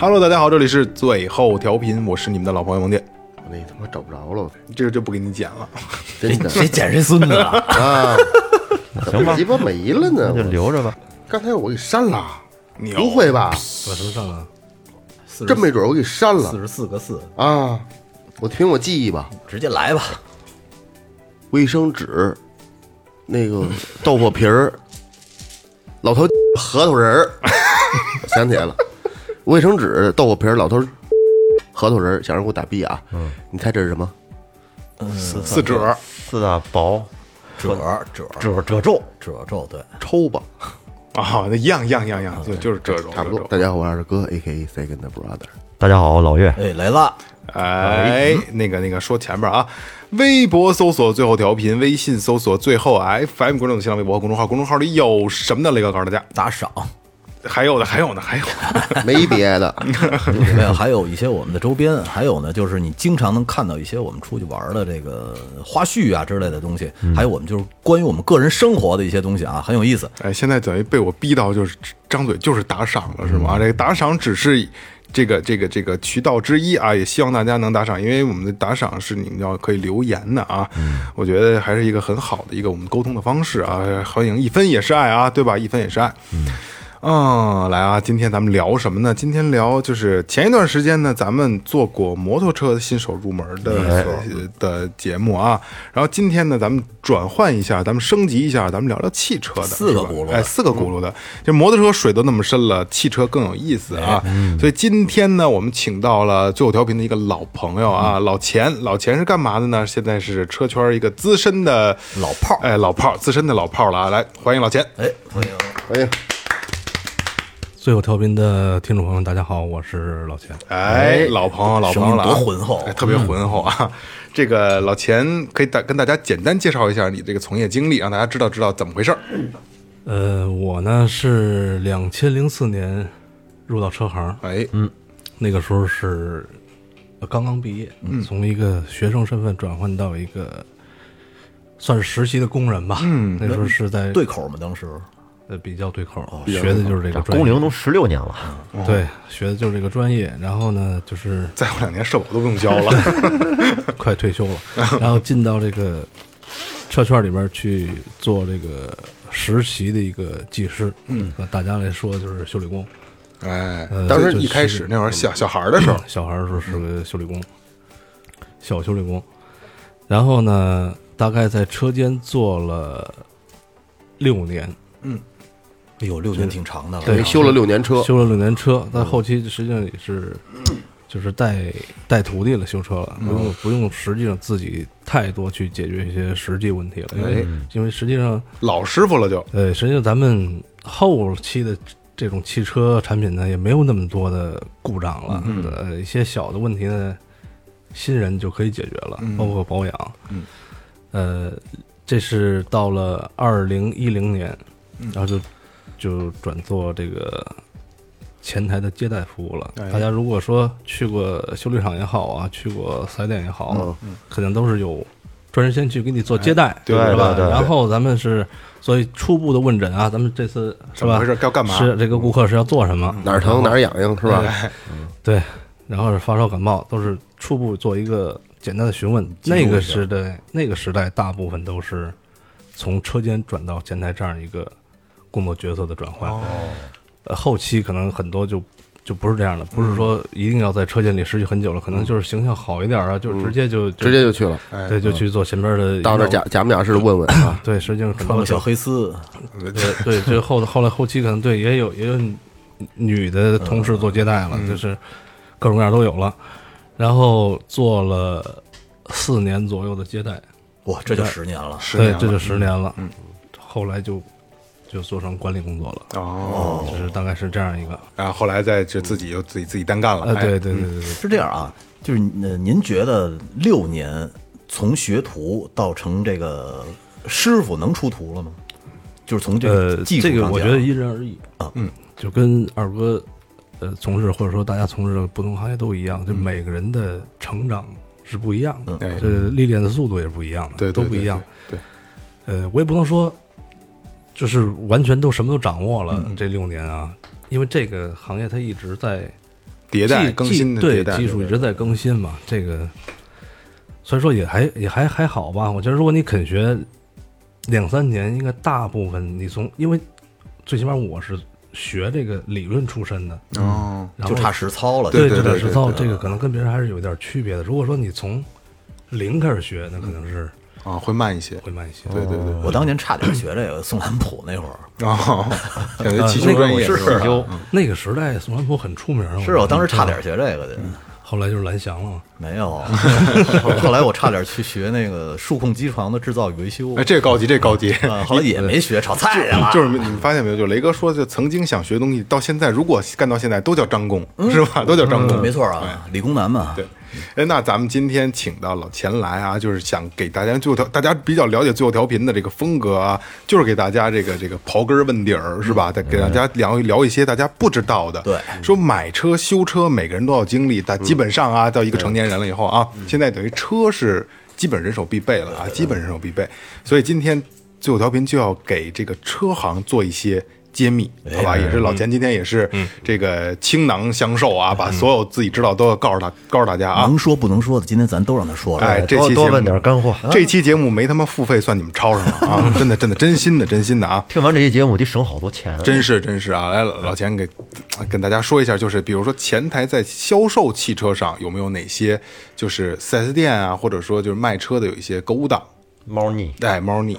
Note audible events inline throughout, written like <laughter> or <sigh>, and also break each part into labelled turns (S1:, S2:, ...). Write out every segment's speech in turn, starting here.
S1: Hello，大家好，这里是最后调频，我是你们的老朋友蒙恬，
S2: 那他妈找不着了，
S1: 这个就不给你剪了。
S2: 真的
S3: 哎
S4: 谁捡谁孙子啊？
S2: 啊，
S4: 行吧
S2: 鸡巴没了呢，
S4: 就
S2: 我
S4: 留着吧。
S2: 刚才我给删了，
S1: 你
S2: 不会吧？
S5: 我头上了，四
S2: 真没准我给删
S5: 四
S2: 了
S5: 十四个四，
S2: 啊！我凭我记忆吧，
S5: 直接来吧。
S2: 卫生纸，那个豆腐皮儿，老头核桃仁儿， <laughs> 我想起来了，卫生纸、豆腐皮儿、老头核桃仁儿，想让我打 B 啊？
S4: 嗯
S2: 你猜这是什么？
S1: 四折，
S4: 四大薄
S5: 褶褶
S4: 褶褶皱，
S5: 褶皱，对，
S2: 抽吧，
S1: 啊，那一样一样一样一样，就就是这种，
S2: 差不多
S1: 这。种
S2: 大家好，我是二哥，A K A Second Brother。
S4: 大家好，我老岳。
S5: 哎，来了，
S1: 哎，那个那个，说前面啊，微博搜索最后调频，微信搜索最后 FM 公众新浪微博和公众号，公众号里有什么呢？雷哥告诉大家，
S5: 打 <laughs> 赏，
S1: 还有呢，还有呢，还有呢，
S2: 没别
S5: <laughs>
S2: 的，
S5: 没有，还有一些我们的周边，还有呢，就是你经常能看到一些我们出去玩的这个花絮啊之类的东西，还有我们就是关于我们个人生活的一些东西啊，很有意思。
S1: <laughs> 哎，现在等于被我逼到就是张嘴就是打赏了，是吗？啊这个打赏只是这个这个这个渠道之一啊，也希望大家能打赏，因为我们的打赏是你们要可以留言的啊，我觉得还是一个很好的一个我们沟通的方式啊，欢迎一分也是爱啊，对吧？一分也是爱。嗯，来啊！今天咱们聊什么呢？今天聊就是前一段时间呢，咱们做过摩托车新手入门的、呃的节目啊。然后今天呢，咱们转换一下，咱们升级一下，咱们聊聊汽车的
S5: 四个
S1: 是吧
S5: 轱辘的
S1: 哎，四个轱辘的。这摩托车水都那么深了，汽车更有意思啊。
S5: 哎
S1: 所以今天呢，我们请到了最后调频的一个老朋友
S5: 嗯
S1: 啊，老钱。老钱是干嘛的呢？现在是车圈一个资深的
S5: 老炮儿
S1: 哎，老炮儿，资深的老炮儿了啊！来，欢迎老钱。
S5: 哎，欢迎，
S2: 哎呀，
S6: 最后调频的听众朋友们，大家好，我是老钱。
S1: 哎，老朋友，老朋友了啊，
S5: 声音多浑厚
S1: 哎特别浑厚啊！这个老钱可以大跟大家简单介绍一下你这个从业经历，让大家知道知道怎么回事儿。
S6: 呃，我呢是两千零四年入到车行，
S1: 哎，嗯，
S6: 那个时候是呃刚刚毕业，从一个学生身份转换到一个算是实习的工人吧。嗯，那时候是在
S5: 对口吗？当时
S6: 呃比较对口，学的就是这个专
S3: 工
S6: 业，
S3: 龄都十六年了，
S6: 对，学的哦就是这个专业。然后呢，就是
S1: 再过两年社保都不用交
S6: <laughs>
S1: 了。
S6: 快退休了，然后进到这个车圈里边去做这个实习的一个技师，嗯，大家来说就是修理工。
S1: 哎，
S6: 呃
S1: 当时
S6: 就是
S1: 一开始那会儿小小孩儿的时候，
S6: 小孩儿的时候是个修理工，小修理工。然后呢，大概在车间做了六年，
S5: 哎呦，六年挺长的了，
S6: 对
S2: 修了六年车，
S6: 修了六年车，但后期实际上也是就是带带徒弟了修车了，不用不用实际上自己太多去解决一些实际问题
S1: 哎
S6: 了，因为因为实际上。
S1: 老师傅了就，
S6: 呃，实际上咱们后期的这种汽车产品呢，也没有那么多的故障了，呃，一些小的问题呢，新人就可以解决了，包括保养。嗯，呃，这是到了二零一零年，然后就就转做这个。前台的接待服务了，大家如果说去过修理厂也好啊，去过四 S 店也好，啊肯定都是有专人先去给你做接待，
S1: 对
S6: 是吧？
S3: 对对对
S6: 然后咱们是，所以初步的问诊啊，咱们这次是
S1: 怎么
S6: 吧？
S1: 回事要干嘛
S6: 是这个顾客是要做什么？
S2: 哪儿疼哪儿痒痒是吧？
S6: 嗯对，然后是发烧感冒，都是初步做一个简单的询问。那个时代，那个时代大部分都是从车间转到前台这样一个工作角色的转换。哦，呃，后期可能很多就就不是这样的，不是说一定要在车间里持续很久了，可能就是形象好一点啊，就直接就
S2: 直接就去了，
S6: 对，就去做前边的
S2: 到那
S6: 业务
S2: 假假模假式的问问啊，
S6: 对，实际上可
S5: 穿
S6: 能
S5: 个小黑丝，
S6: 对 <laughs> 对，这后后来后期可能对也有也有女的同事做接待
S1: 嗯
S6: 了，就是各种各样都有了，然后做了四年左右的接待，
S5: 哇，这就十年了。
S1: 十
S6: 对
S1: 年，了
S6: 这就十年了，嗯，后来就就做成管理工作了，
S1: 哦，
S6: 就是大概是这样一个，
S1: 然后后来再就自己又自己自己单干了，
S6: 呃，
S1: 哎
S6: 对对对对对，
S5: 是这样啊，就是呃，您觉得六年从学徒到成这个师傅能出徒了吗？就是从这
S6: 呃，
S5: 个技术
S6: 这
S5: 上讲、
S6: 个我觉得因人而异
S5: 啊，
S6: 嗯，就跟二哥呃从事或者说大家从事的不同行业都一样，就每个人的成长是不一样的，
S1: 嗯哎
S6: 这历练的速度也是不一样的，
S1: 对对
S6: 都不
S1: 对
S6: 一样。
S1: 对
S6: 呃，我也不能说就是完全都什么都掌握
S1: 嗯
S6: 了、这六年啊，因为这个行业它一直在
S1: 迭代
S6: 技
S1: 更新的
S6: 技
S1: 迭
S6: 对
S1: 代，
S6: 技术一直在更新嘛，这个所以说也还也还还好吧。我觉得如果你肯学两三年，应该大部分你从因为最起码我是学这个理论出身的，
S1: 哦，
S6: 然后
S5: 就差实操了。
S1: 对
S6: 对
S1: 对
S6: 实
S1: 对
S6: 操
S1: 对
S6: 这个可能跟别人还是有点区别的。如果说你从零开始学，那可能是
S1: 啊，会慢一些，
S6: 会慢一些。
S1: 对对对，
S5: 我当年差点学这个宋兰普那会儿，
S1: 哦，感觉
S6: 呃
S1: 汽修
S6: 那个
S1: 专
S6: 我
S1: 业
S6: 是
S1: 吧
S6: 汽修，那个时代宋兰波很出名啊。
S5: 是我当时差点学这个的，
S6: 嗯后来就是蓝翔了嘛。
S5: 没有。 <laughs> 后后来我差点去学那个数控机床的制造与维修
S1: 哎，，这个高级，这个高级。
S6: 呃
S5: 啊，后来也没学，炒菜去了。
S1: 就是你们发现没有？就雷哥说，就曾经想学的东西，到现在如果干到现在，都叫张工，是吧？都叫张工，
S5: 没错啊，理工男嘛。
S1: 嗯对，哎，那咱们今天请到老钱来啊，就是想给大家最后调，大家比较了解最后调频的这个风格啊，就是给大家这个这个刨根问底儿，是吧？再给大家聊一聊一些大家不知道的。
S5: 嗯对
S1: 说买车修车，每个人都要经历，但基本上啊，到一个成年人了以后啊，
S5: 嗯
S1: 现在等于车是基本人手必备了啊，基本人手必备。所以今天最后调频就要给这个车行做一些。揭秘，好
S5: 哎
S1: 吧，也是
S5: 嗯
S1: 老钱今天也是这个倾囊相授啊，把所有自己知道都要告诉大告诉大家啊。
S5: 能说不能说的，今天咱都让他说了。
S1: 哎，这
S3: 多
S1: 期节
S3: 多
S1: 目
S3: 问点干货。
S6: 啊
S1: 这期节目没他妈付费，算你们抄上了
S6: <laughs>
S1: 啊！真的，真的，真心的，真心的啊！
S3: 听完这期节目，我得省好多钱。
S1: 真是，真是啊！来，老老钱给跟大家说一下，就是比如说前台在销售汽车上有没有哪些就是 4S 店啊，或者说就是卖车的有一些购物档，
S3: 猫腻，
S1: 哎，猫腻，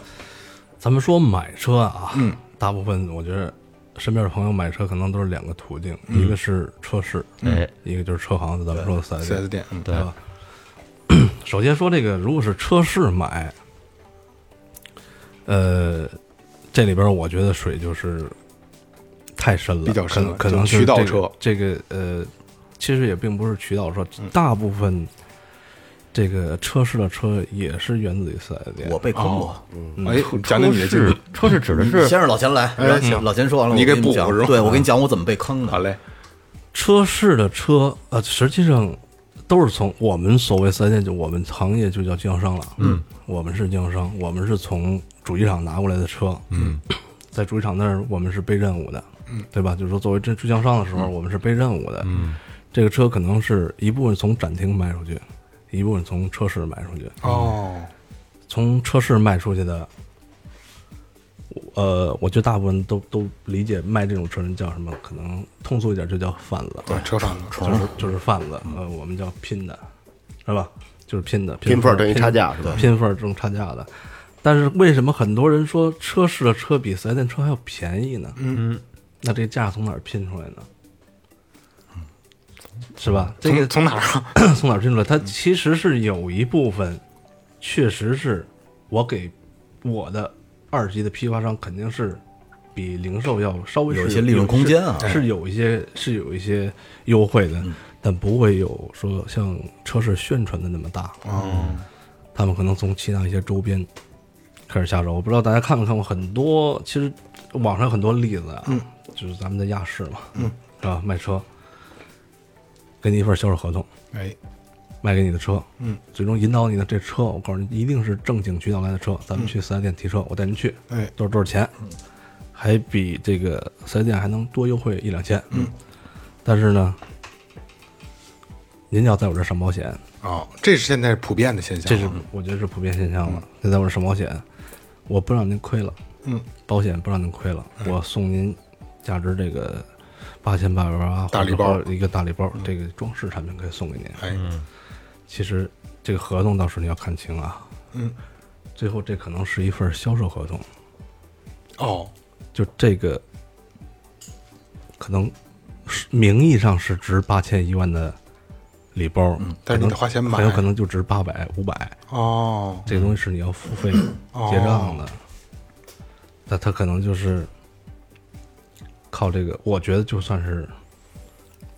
S6: 咱们说买车啊，嗯，大部分我觉得身边的朋友买车可能都是两个途径，一个是车市，
S3: 哎，
S6: 一个就是车行，咱们说的四 S
S1: 4S
S6: 店。
S1: 店，嗯，
S3: 对，
S6: <clears throat> 首先说这个，如果是车市买，呃，这里边我觉得水就是太深了，
S1: 比较深了
S6: 可能可能是
S1: 就渠道
S6: 这个
S1: 车嗯
S6: 这个呃，其实也并不是渠道车，大部分这个车市的车也是源自于四 S 店。
S5: 我
S1: 哦
S5: 被坑过。
S6: 嗯
S1: 哎，讲讲你的经
S3: 是
S1: 历，
S3: 车是指的是
S5: 嗯先让老钱来，然后老钱说完了，
S1: 你
S5: 我
S1: 给
S5: 给
S1: 补
S5: 讲
S1: 是吧。
S5: 对，我给你讲我怎么被坑的。
S1: 好嘞，
S6: 车市的车，呃，实际上都是从我们所谓四 S 店，就我们行业就叫经销商了。嗯，我们是经销商，我们是从主机厂拿过来的车。嗯，在主机厂那儿，我们是背任务的。嗯，对吧？就是说，作为这经销商的时候，我们是背任务的。嗯，这个车可能是一部分从展厅卖出去，一部分从车市卖出去。
S1: 哦，
S6: 从车市卖出去的，呃，我觉得大部分都都理解卖这种车人叫什么，可能通俗一点就叫贩子。对
S1: 对，车贩子，
S6: 就是就是贩子，呃，我们叫拼的，是吧？就是拼的，
S2: 拼缝
S6: 缝
S2: 儿等于差价是吧？
S6: 拼缝儿挣差价的。但是为什么很多人说车市的车比四 S 店车还要便宜呢？嗯，那这价从哪儿拼出来呢？是吧？这
S1: 从
S6: 个
S1: 从哪儿啊？
S6: <clears throat> 从哪儿拼出来？它其实是有一部分，确实是我给我的二级的批发商肯定是比零售要稍微是
S5: 有一些利润空间啊嗯
S6: 是是有一些是有一些优惠的，但不会有说像车市宣传的那么大。啊
S1: 哦，
S6: 他们可能从其他一些周边开始下手。我不知道大家看没看过很多，其实网上有很多例子啊，
S5: 嗯
S6: 就是咱们的亚视嘛，嗯，是吧？卖车，给你一份销售合同，
S1: 哎，
S6: 卖给你的车，嗯，最终引导你的这车，我告诉你，一定是正经渠道来的车。咱们去四 S 店提车，我带您去，
S1: 哎
S6: 多少多少钱，还比这个四 S 店还能多优惠一两千，嗯。但是呢，您要在我这儿上保险，
S1: 哦，这是现在普遍的现象啊，
S6: 这是我觉得是普遍现象了。您在我这儿上保险，我不让您亏了，嗯，保险不让您亏了，我送您价值这个八千八百八啊，
S1: 大礼包
S6: 或者说一个大礼包，这个装饰产品可以送给您。
S1: 哎，
S6: 其实这个合同到时你要看清啊，
S1: 嗯，
S6: 最后这可能是一份销售合同，
S1: 哦，
S6: 就这个可能是名义上是值八千一万的礼包，
S5: 嗯
S1: 但是
S6: 可能
S1: 你得花钱买
S6: 很有可能就值八百五百，
S1: 哦，
S6: 这个东西是你要付费结账
S5: 哦
S6: 的，那、他可能就是靠这个，我觉得就算是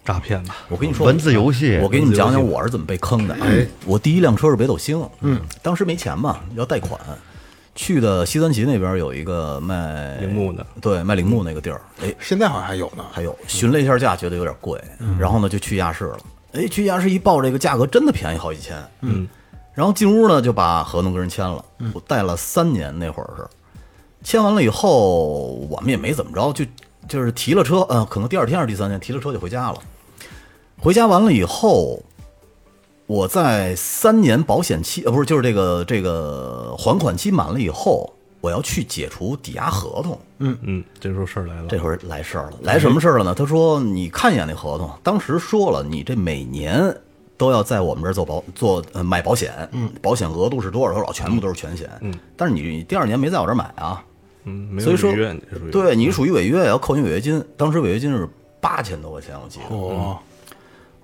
S6: 诈骗吧。
S5: 我跟你说，
S3: 文字游戏
S5: 我给你们讲讲我是怎么被坑的。啊我第一辆车是北斗星，嗯，当时没钱嘛，要贷款，去的西三旗那边有一个卖
S6: 铃木的，
S5: 对，卖铃木那个地儿，哎，
S1: 现在好像还有呢，
S5: 还有询了一下价，觉得有点贵，然后呢就去亚市了，哎，去亚市一报这个价格，真的便宜好几千，嗯，然后进屋呢就把合同跟人签了，我贷了三年那会儿是，签完了以后我们也没怎么着，就就是提了车，嗯，可能第二天还是第三天提了车就回家了。回家完了以后，我在三年保险期，呃，不是，就是这个这个还款期满了以后，我要去解除抵押合同。
S6: 嗯，这时候事儿来了，
S5: 这会儿来事儿了，来什么事儿了呢？他说：“你看一眼那合同，当时说了，你这每年都要在我们这儿做保做呃买保险，嗯，保险额度是多少多少，全部都是全险，嗯，但是你你第二年没在我这儿买啊，
S6: 嗯，没
S5: 所
S6: 有
S5: 以说
S6: 履约，你这属于
S5: 对你属于违约，要扣你违约金。当时违约金是八千多块钱，我记得。
S1: 哦，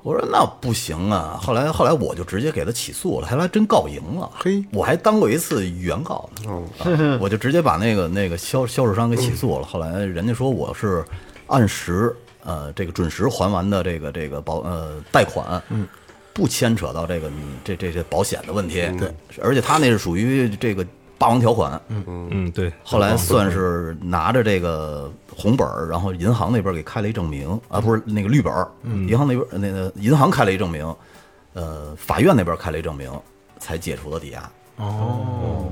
S5: 我说那不行啊！后来后来我就直接给他起诉了，后来真告赢了。
S1: 嘿
S5: 我还当过一次原告呢，啊我就直接把那个那个销销售商给起诉了。后来人家说我是按时呃这个准时还完的这个这个保呃贷款，嗯，不牵扯到这个你这这这保险的问题。嗯对，而且他那是属于这个霸王条款，嗯，
S6: 嗯，对，
S5: 后来算是拿着这个红本儿，然后银行那边给开了一证明啊，不是那个绿本儿，
S1: 嗯
S5: 银行那边那个银行开了一证明，呃，法院那边开了一证明，才解除了抵押。
S1: 哦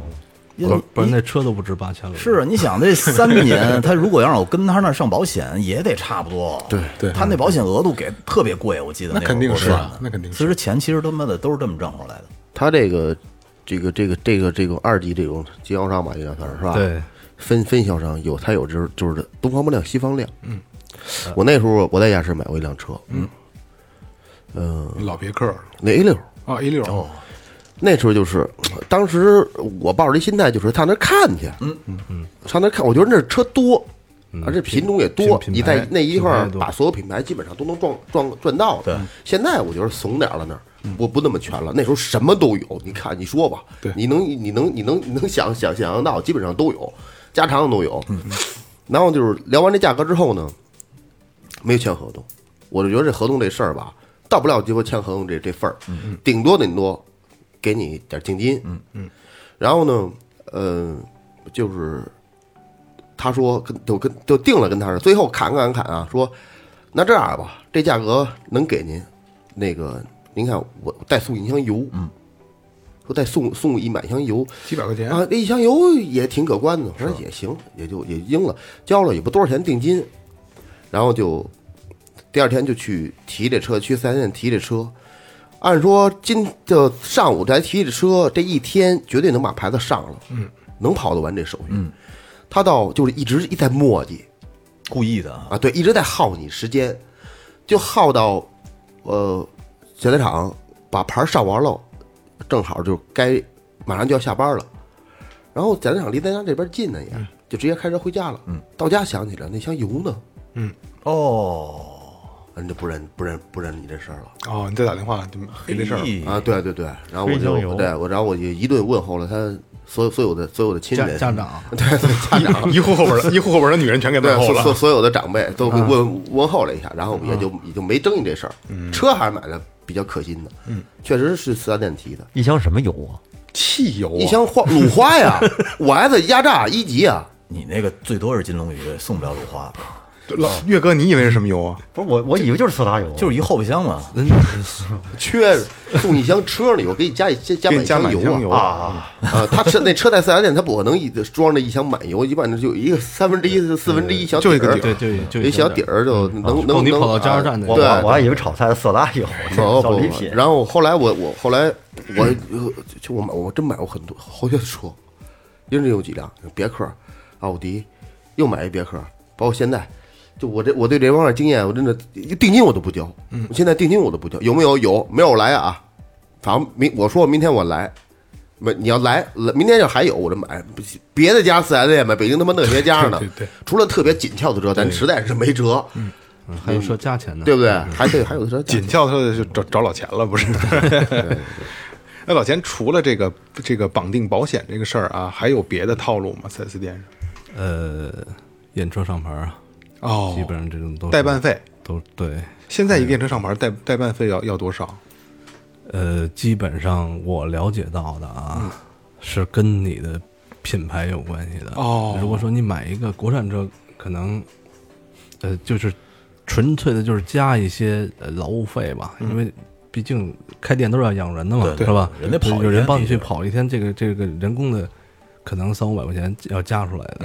S6: 不然不然那车都不值八千了。
S5: 哎是，啊你想这三年，他如果要让我跟他那儿上保险，也得差不多。对
S1: 对
S5: 他那保险额度给特别贵，我记得
S1: 那
S5: 会儿
S1: 肯定
S5: 我
S1: 是
S5: 看
S1: 啊
S5: 的
S1: 那肯定是
S5: 所以说钱其实他妈的都是这么挣回来的。
S2: 他这个这个这个这个这个二级这种经销商吧，应该算是是吧？
S6: 对，
S2: 分分销商有，他有就是就是东方不亮西方亮。嗯，我那时候我在亚市买过一辆车，嗯，
S6: 嗯
S1: 老别克
S2: 那 A 六，
S1: 啊 A 六，
S6: 哦
S2: 那时候就是，当时我抱着一心态，就是上那儿看去，嗯嗯嗯，上那儿看，我觉得那儿车多，而且品种也多，
S6: 嗯品品
S2: 你在
S6: 牌
S2: 那一块儿
S6: 品牌多
S2: 把所有品牌基本上都能撞撞转到了。对，现在我觉得怂点儿了那儿。
S6: 嗯
S2: 不不那么全了，那时候什么都有，你看你说吧，
S1: 对
S2: 你能你能你能你能想想想象到，基本上都有，家常都有。
S6: 嗯
S2: 然后就是聊完这价格之后呢，没有签合同，我就觉得这合同这事儿吧，到不了就说签合同这这份儿，
S6: 嗯
S2: 顶多顶多给你点儿定金，嗯嗯，然后呢，呃，就是他说跟就跟就定了跟他说，最后砍砍砍啊，说那这样吧，这价格能给您，那个您看我再送一箱油，嗯，说再送送一满箱油，
S1: 几百块钱，
S2: 啊，这一箱油也挺可观的，我说也行，也就也应了，交了也不多少钱定金，然后就第二天就去提这车，去四 S 店提这车。按说今就上午来提这车，这一天绝对能把牌子上了，嗯，能跑得完这手续。嗯，他倒就是一直一在磨叽，
S5: 故意的啊，
S2: 啊，对，一直在耗你时间，就耗到呃检测厂把牌儿上完了，正好就该马上就要下班了，然后检测厂离咱家这边近呢也，
S6: 嗯
S2: 就直接开车回家了。嗯，到家想起来那箱油呢，
S5: 哦，
S2: 人家不认不认不认你这事儿了。
S1: 哦，你再打电话就
S5: 哎
S1: 没这事儿了，
S2: 啊，对对对，然后我
S3: 黑酱
S2: 就
S3: 油
S2: 对我，然后我就一顿问候了他所有所有的所有的亲
S6: 家
S2: 人
S6: 家长
S2: <laughs> 对对家长，
S1: <laughs> 一户后边的，一户后边的女人全给
S2: 对
S1: 问候
S2: 所所
S1: 了，啊
S2: 所有的长辈都问、问候了一下，然后也就、也就没争议这事儿。
S1: 嗯
S2: 车还是买的比较可心的，嗯，确实是四 S 店提的，
S3: 一箱什么油啊？
S1: 汽油啊
S2: 一箱花鲁花呀，我还在压榨一级啊，
S5: 你那个最多是金龙鱼，送不了鲁花，
S1: 老岳哥，你以为是什么油啊？
S3: 不是我，我以为就是色达油，啊
S5: 就是一后备箱嘛。
S2: 缺送一箱车里，我给你加一加加
S1: 给
S2: 满
S1: 你加满
S2: 油
S1: 箱
S2: 啊
S1: 油
S3: 啊
S1: 啊！
S3: 啊，
S2: 啊！他车那车在四 S 店，他不可能一装着一箱满油，一般就有一个三分之一、四分之一小
S1: 就一
S2: 底
S1: 个
S2: 儿，
S1: 底儿嗯
S6: 对就就
S2: 一小底
S6: 儿，
S2: 儿就能
S6: 够
S2: 能
S6: 你
S2: 能
S6: 跑到加
S2: 啊
S6: 油站去
S3: 我
S2: 对
S3: 我我还以为炒菜的色达油，
S2: 不
S3: 小
S2: 不
S3: 礼
S2: 不，
S3: 品。
S2: 然后后来我我后来我呃就我买我真买过很多好些车，真是有几辆别克、奥迪，又买一别克，包括现在就我这我对这方面经验，我真的定金我都不交，嗯，现在定金我都不交，有没有？有，没有来啊？反正明我说我明天我来，没你要来，来明天要还有我就买，不行别的家四 S 店买，北京他妈那些家
S1: <laughs>
S2: 呢，
S1: 对对对嗯
S2: 除了特别紧俏的车，咱实在是没辙，
S6: 还有说价钱的，
S2: 嗯对不对？还对，还有的车
S1: 紧俏他就找找老钱了，不是？ <laughs> 那老钱除了这个这个绑定保险这个事儿啊，还有别的套路吗？四 S 店上
S6: 呃，验车上牌啊，
S1: 哦
S6: 基本上这种都是
S1: 代办费，
S6: 都对，
S1: 现在一个验车上牌代代办费要要多少？
S6: 呃，基本上我了解到的啊，是跟你的品牌有关系的。
S1: 哦
S6: 如果说你买一个国产车，可能呃，就是纯粹的，就是加一些呃劳务费吧，因为毕竟开店都是要养人的嘛，
S5: 对
S6: 是吧？
S5: 人得跑一天
S6: 有人帮你
S5: 的确
S6: 去跑一天，这个这个人工的可能三五百块钱要加出来的，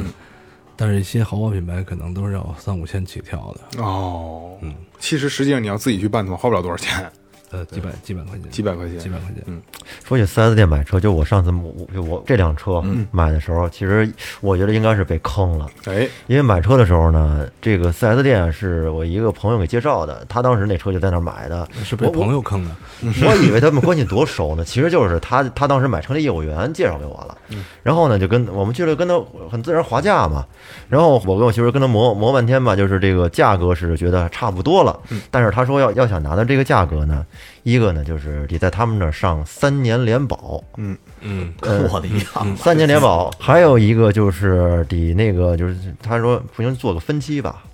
S6: 但是一些豪华品牌可能都是要三五千起跳的，
S1: 哦，其实实际上你要自己去办的话，花不了多少钱， <laughs>
S6: 呃，几百几百块钱，
S1: 几百块钱，
S6: 几百块钱，
S3: 说起四 S 店买车，就我上次我就我这辆车买的时候，其实我觉得应该是被坑了。
S1: 哎，
S3: 因为买车的时候呢，这个 4S 店是我一个朋友给介绍的，他当时那车就在那儿买的，
S6: 是被朋友坑的。
S3: 我以为他们关系多熟呢，其实就是他他当时买车的业务员介绍给我了，然后呢就跟我们去了，跟他很自然划价嘛，然后我跟我媳妇跟他磨磨半天吧，就是这个价格是觉得差不多了，但是他说要要想拿到这个价格呢，一个呢就是得在他们那儿上三年联保，
S5: 我的妈！
S3: 三年联保，还有一个就是得那个就是他说不行做个分期吧。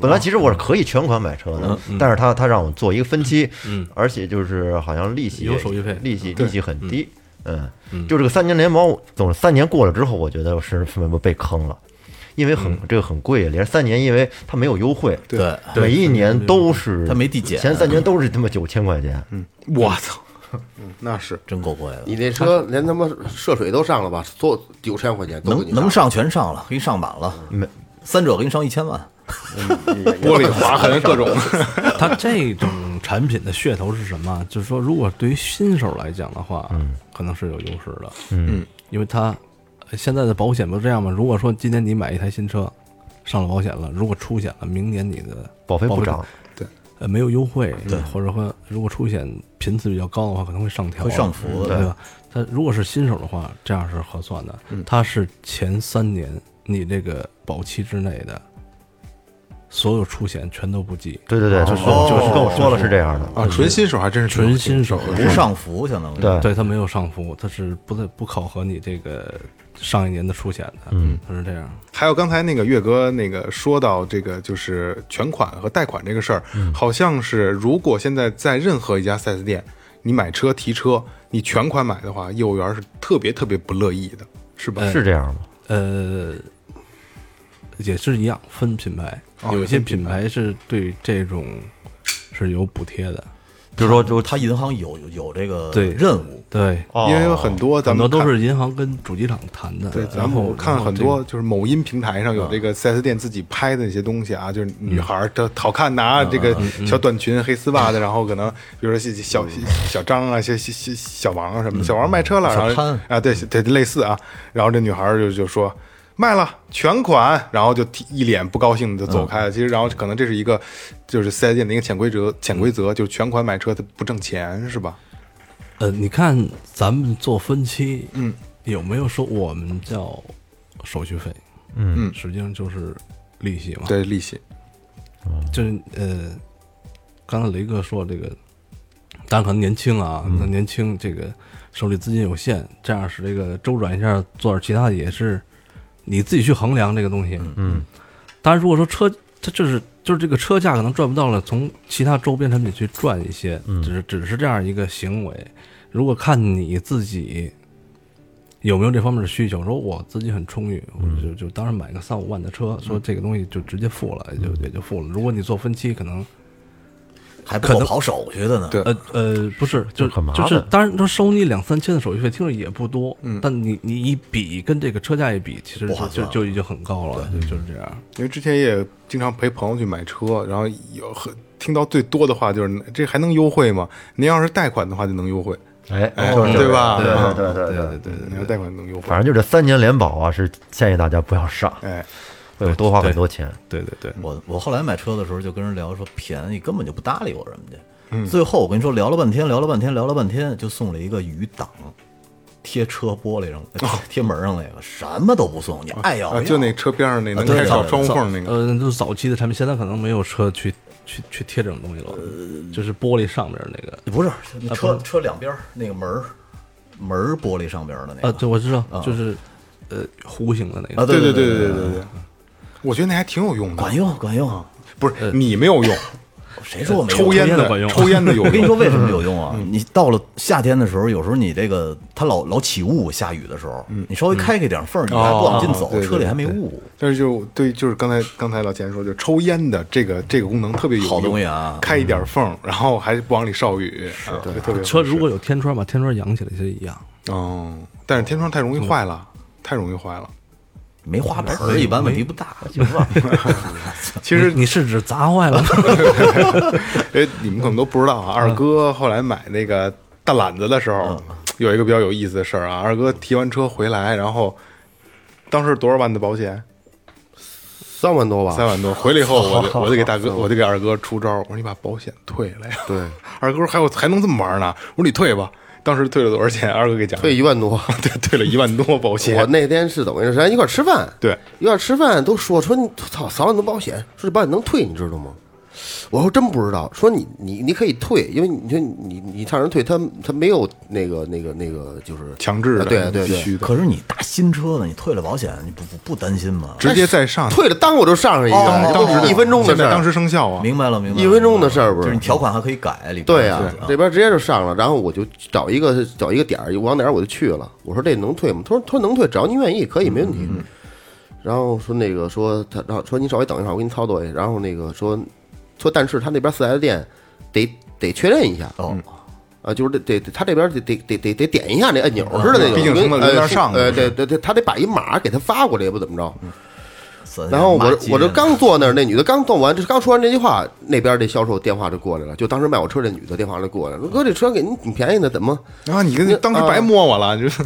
S3: 本来其实我是可以全款买车的，但是他他让我做一个分期，而且就是好像利息
S6: 有手续费
S3: 利息利息很低，嗯，就这个三年联保，总之三年过了之后，我觉得我是被坑了，因为很这个很贵，连三年，因为它没有优惠，
S5: 对，
S3: 每一年都是
S5: 它没递减
S3: 前三年都是他妈九千块钱，
S1: 我 <laughs> 操，嗯，那是
S5: 真够贵的。
S2: 你那车连他妈涉水都上了吧？所有千块钱都给
S5: 能
S2: 你
S5: 能上全上了，给你上满了，
S3: 没
S5: 三者给你上一千万，
S1: 玻璃划痕各种，
S5: <laughs>
S6: 它这种产品的噱头是什么？就是说，如果对于新手来讲的话，
S3: 嗯
S6: 可能是有优势的，嗯，因为它呃现在的保险不是这样吗？如果说今年你买一台新车，上了保险了，如果出险了，明年你的
S3: 保费不涨，
S6: 呃没有优惠，对，或者说如果出险频次比较高的话，可能会上调，
S5: 会上浮的
S6: 对吧？它如果是新手的话，这样是合算的，
S5: 嗯
S6: 它是前三年你这个保期之内的所有出险全都不计，
S3: 对对对，他说就是
S5: 哦
S3: 跟我哦说了是这样的，
S1: <laughs> 啊，纯新手还真是
S6: 纯新手
S1: 挺
S5: 不上浮相当于。
S3: 对
S6: 对，它没有上浮，它是不在不考核你这个上一年的出险的，嗯，它是这样。
S1: 还有刚才那个岳哥那个说到这个就是全款和贷款这个事儿，
S6: 嗯
S1: 好像是如果现在在任何一家 4S 店，你买车提车，你全款买的话，业务员是特别特别不乐意的，是
S6: 哎
S1: 吧？
S3: 是这样吗？
S6: 呃，也是一样，分品牌，
S1: 哦
S6: 有一些
S1: 分品
S6: 品牌是对这种是有补贴的，
S3: 比如说就
S5: 他银行有有有这个
S6: 对
S5: 任务，
S6: 对，
S1: 因为有很多咱
S6: 哦很
S1: 们
S6: 多都
S1: 看
S6: 是银行跟主机厂谈的，
S1: 对，
S6: 然
S1: 咱
S6: 后
S1: 们看
S6: 然后
S1: 很
S6: 这个啊
S1: 多就是某音平台上有这个 4S 店自己拍的那些东西啊，就是
S6: 嗯
S1: 女孩儿的好看的啊，这个小短裙、黑丝
S6: 嗯
S1: 袜的，然后可能比如说小小小张啊、小小小小王啊什么的，小王卖
S6: 嗯
S1: 车了，然后啊，对对，类似啊，然后这女孩儿就就说。卖了全款，然后就提一脸不高兴的就走
S6: 嗯
S1: 开了。其实，然后可能这是一个，就是四 S 店的一个潜规则，潜规则就是全款买车它不挣钱，是吧？
S6: 呃，你看咱们做分期，嗯，有没有说我们叫手续费？嗯，实际上就是利息嘛，
S1: 对利息，
S6: 就是呃，刚才雷哥说这个，当然可能年轻啊，那年轻这个手里资金有限，这样使这个周转一下，做点其他的也是你自己去衡量这个东西。嗯，当然如果说车，它就是就是这个车价可能赚不到了，从其他周边产品去赚一些，只是只是这样一个行为。如果看你自己有没有这方面的需求？说我自己很充裕，我就就当时买个三五万的车，说这个东西就直接付了，也就也就付了。如果你做分期，可能
S5: 还不够跑手续的呢。
S1: 对
S6: 呃呃不是，就
S3: 很麻烦
S6: 就是当然他收你两三千的手续费，听着也不多，但你你一比跟这个车价一比，其实
S5: 不划
S6: 就就
S5: 算
S6: 就已经很高了，就就是这样。
S1: 因为之前也经常陪朋友去买车，然后有很听到最多的话就是这还能优惠吗？您要是贷款的话就能优惠，
S3: 哎，
S1: 哎，
S3: 就是这
S1: 对
S3: 样
S1: 吧？
S3: 对
S1: 嗯
S3: 对对对对。
S1: 对对，您要贷款能优惠
S3: 啊反。正就这三年联保啊，是建议大家不要上。
S1: 哎，
S3: 会有多花很多钱。
S6: 对对对，
S5: 我我后来买车的时候就跟人聊说便宜，根本就不搭理我人家。最后我跟你说聊了半天，聊了半天，聊了半天，就送了一个雨挡，贴车玻璃上，呃贴门上那个，什么都不送，你爱要不
S1: 啊，
S5: 要
S1: 就那车边上那能
S5: 对
S1: 开小
S5: 对
S1: 窗户缝那个，
S6: 呃，那都是早期的产品，现在可能没有车去去去贴这种东西了，就是玻璃上面那个。
S5: 不是那车车两边儿那个门儿门儿玻璃上边儿的那
S6: 啊，
S5: 个
S6: 对，我知道，就是呃弧形的那个。
S5: 啊，
S1: 对
S5: 对
S1: 对
S5: 对
S1: 对对对，我觉得那还挺有用的
S5: 管，用管用，
S1: 不是你没有用，
S5: 谁说我没有
S1: 抽烟
S6: 抽烟
S1: 的
S6: 的管用
S1: 抽烟的有
S5: 我跟你说
S1: 用，
S5: 为什么有用啊？你到了夏天的时候，有时候你这个它老老起雾，下雨的时候，你稍微开开点缝儿，你还不往进
S1: 哦
S5: 走
S1: 对，对
S5: 车里还没雾，
S1: 但是就对，就是刚才刚才老钱说，就抽烟的这个这个功能特别有用，
S5: 好东西啊
S1: 开一点缝，然后还往里烧雨，是特别
S6: 车如果有天窗，把天窗扬起来就一样。
S1: 哦，但是天窗太容易坏了，太容易坏了。
S5: 没花盆儿，一般问题不大。
S3: 行吧，
S1: 其实
S6: 你是指砸坏 <laughs> 了吗？
S1: 哎，你们可能都不知道
S2: 嗯
S1: 啊，二哥后来买那个大揽子的时候，有一个比较有意思的事儿啊。二哥提完车回来，然后当时多少万的保险？
S2: 三万多吧，
S1: 三万多。回来以后，我
S2: <laughs>
S1: 就我就给大哥，我就给二哥出招，我说你把保险退了呀。
S2: 对，
S1: <laughs> 二哥说还有还能这么玩呢？我说你退吧。当时退了多少钱？二哥给讲，
S2: 退一万多。
S1: 对 <laughs> 退了一万多保险
S2: 我。那天是怎么回事？咱一块儿吃饭，
S1: 对，
S2: 一块儿吃饭都说说你操三万多保险，说这保险能退，你知道吗？我说真不知道，说你你你可以退，因为你说你你让人退，他他没有那个那个那个就是
S1: 强制的
S2: 啊对对
S1: 必
S2: 对，
S1: 须的，
S5: <laughs> 可是你大新车呢，你退了保险，你不不不担心吗？
S1: 直接再上。
S2: 退了当我就上上一
S1: 哦当
S2: 个，这不
S1: 时
S2: 是一分钟的
S1: 现
S2: 事
S1: 在
S2: 儿，
S1: 当时生效啊。
S5: 明白了，明白了，
S2: 一分钟的事儿不
S5: 就是是你条款还可以改里边。
S2: 对呀、
S5: 啊
S2: 这边直接就上了，然后我就找一个找一个点儿，往哪儿我就去了。我说这能退吗？他说他说能退，只要您愿意，可以，没问题。
S1: 嗯
S2: 然后说那个说他，然后说您稍微等一会儿，我给你操作一下。然后那个说说，但是他那边四 S 店得得确认一下
S5: 哦，
S2: 啊，就是得得得他这边得得得得得点一下那按钮似的那种，
S1: 哦毕竟
S2: 跟
S1: 从那
S2: 呃
S1: 轮边
S2: 是
S1: 上的
S2: 呃，
S1: 是
S2: 对对对，他得把一码给他发过来，也不怎么着。
S5: 四 S 店
S2: 然后
S5: 骂
S2: 我
S5: 街
S2: 我这
S5: 呢
S2: 刚坐那儿，那女的刚动完，这刚说完这句话，那边这销售电话就过来了，就当时卖我车这女的电话就过来了，说哥这车给您挺便宜的，怎么？
S1: 啊，你跟当时白摸我了，就是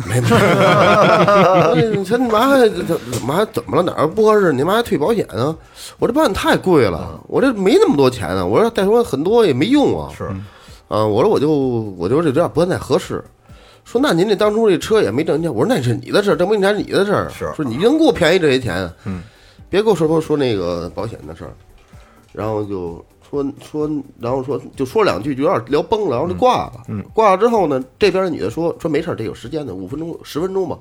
S2: 你这你妈还怎怎么还怎么了？哪儿不合适？你妈还退保险啊？我这保险太贵了，我这没那么多钱啊。我说再说很多也没用啊。
S5: 是
S2: 啊，我说我就我就说这有点不太合适。说那您这当初这车也没挣钱，我说那是你的事儿，挣不挣钱是你的事儿。
S5: 是
S2: 说你能给我便宜这些钱，嗯，别跟我说说说那个保险的事儿。然后就说说，然后说就说两句，就有点聊崩了，然后就挂了。嗯，挂了之后呢，这边的女的说说没事儿，这有时间的，五分钟十分钟吧。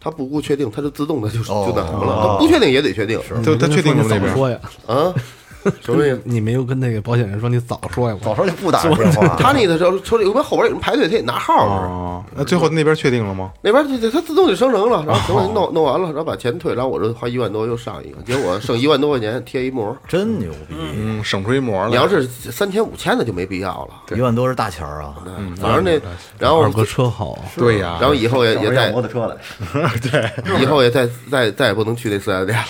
S2: 她不顾确定，她就自动的就
S3: 哦
S2: 就那什么了，她不确定也得确定。
S1: 都都确定
S6: 你
S1: 了那
S6: 早
S1: 边。
S6: 说呀，
S3: <laughs>
S2: 啊，什么意思？
S6: 你没有跟那个保险人说你早说呀？
S3: 早说就不打这电话。
S2: 他那个时候说有没有后边有人排队，他也拿号儿
S1: 哦，那最后那边确定了吗？
S2: 那边就就它自动就生成了，然后行了，弄弄完了，然后把钱退，然后我这花一万多又上一个，结果剩一万多块钱贴一膜。
S5: 真牛逼，
S1: 嗯，省出一模
S2: 你
S1: 来
S2: 要。是三千五千的就没必要了，
S5: 一万多是大钱儿啊！
S1: 嗯
S2: 反正那然后
S6: 二哥车好，
S1: 对呀，
S2: 然后以后也也再
S3: 摩托车来，
S2: 以后也再再再也不能去那四 S 店了，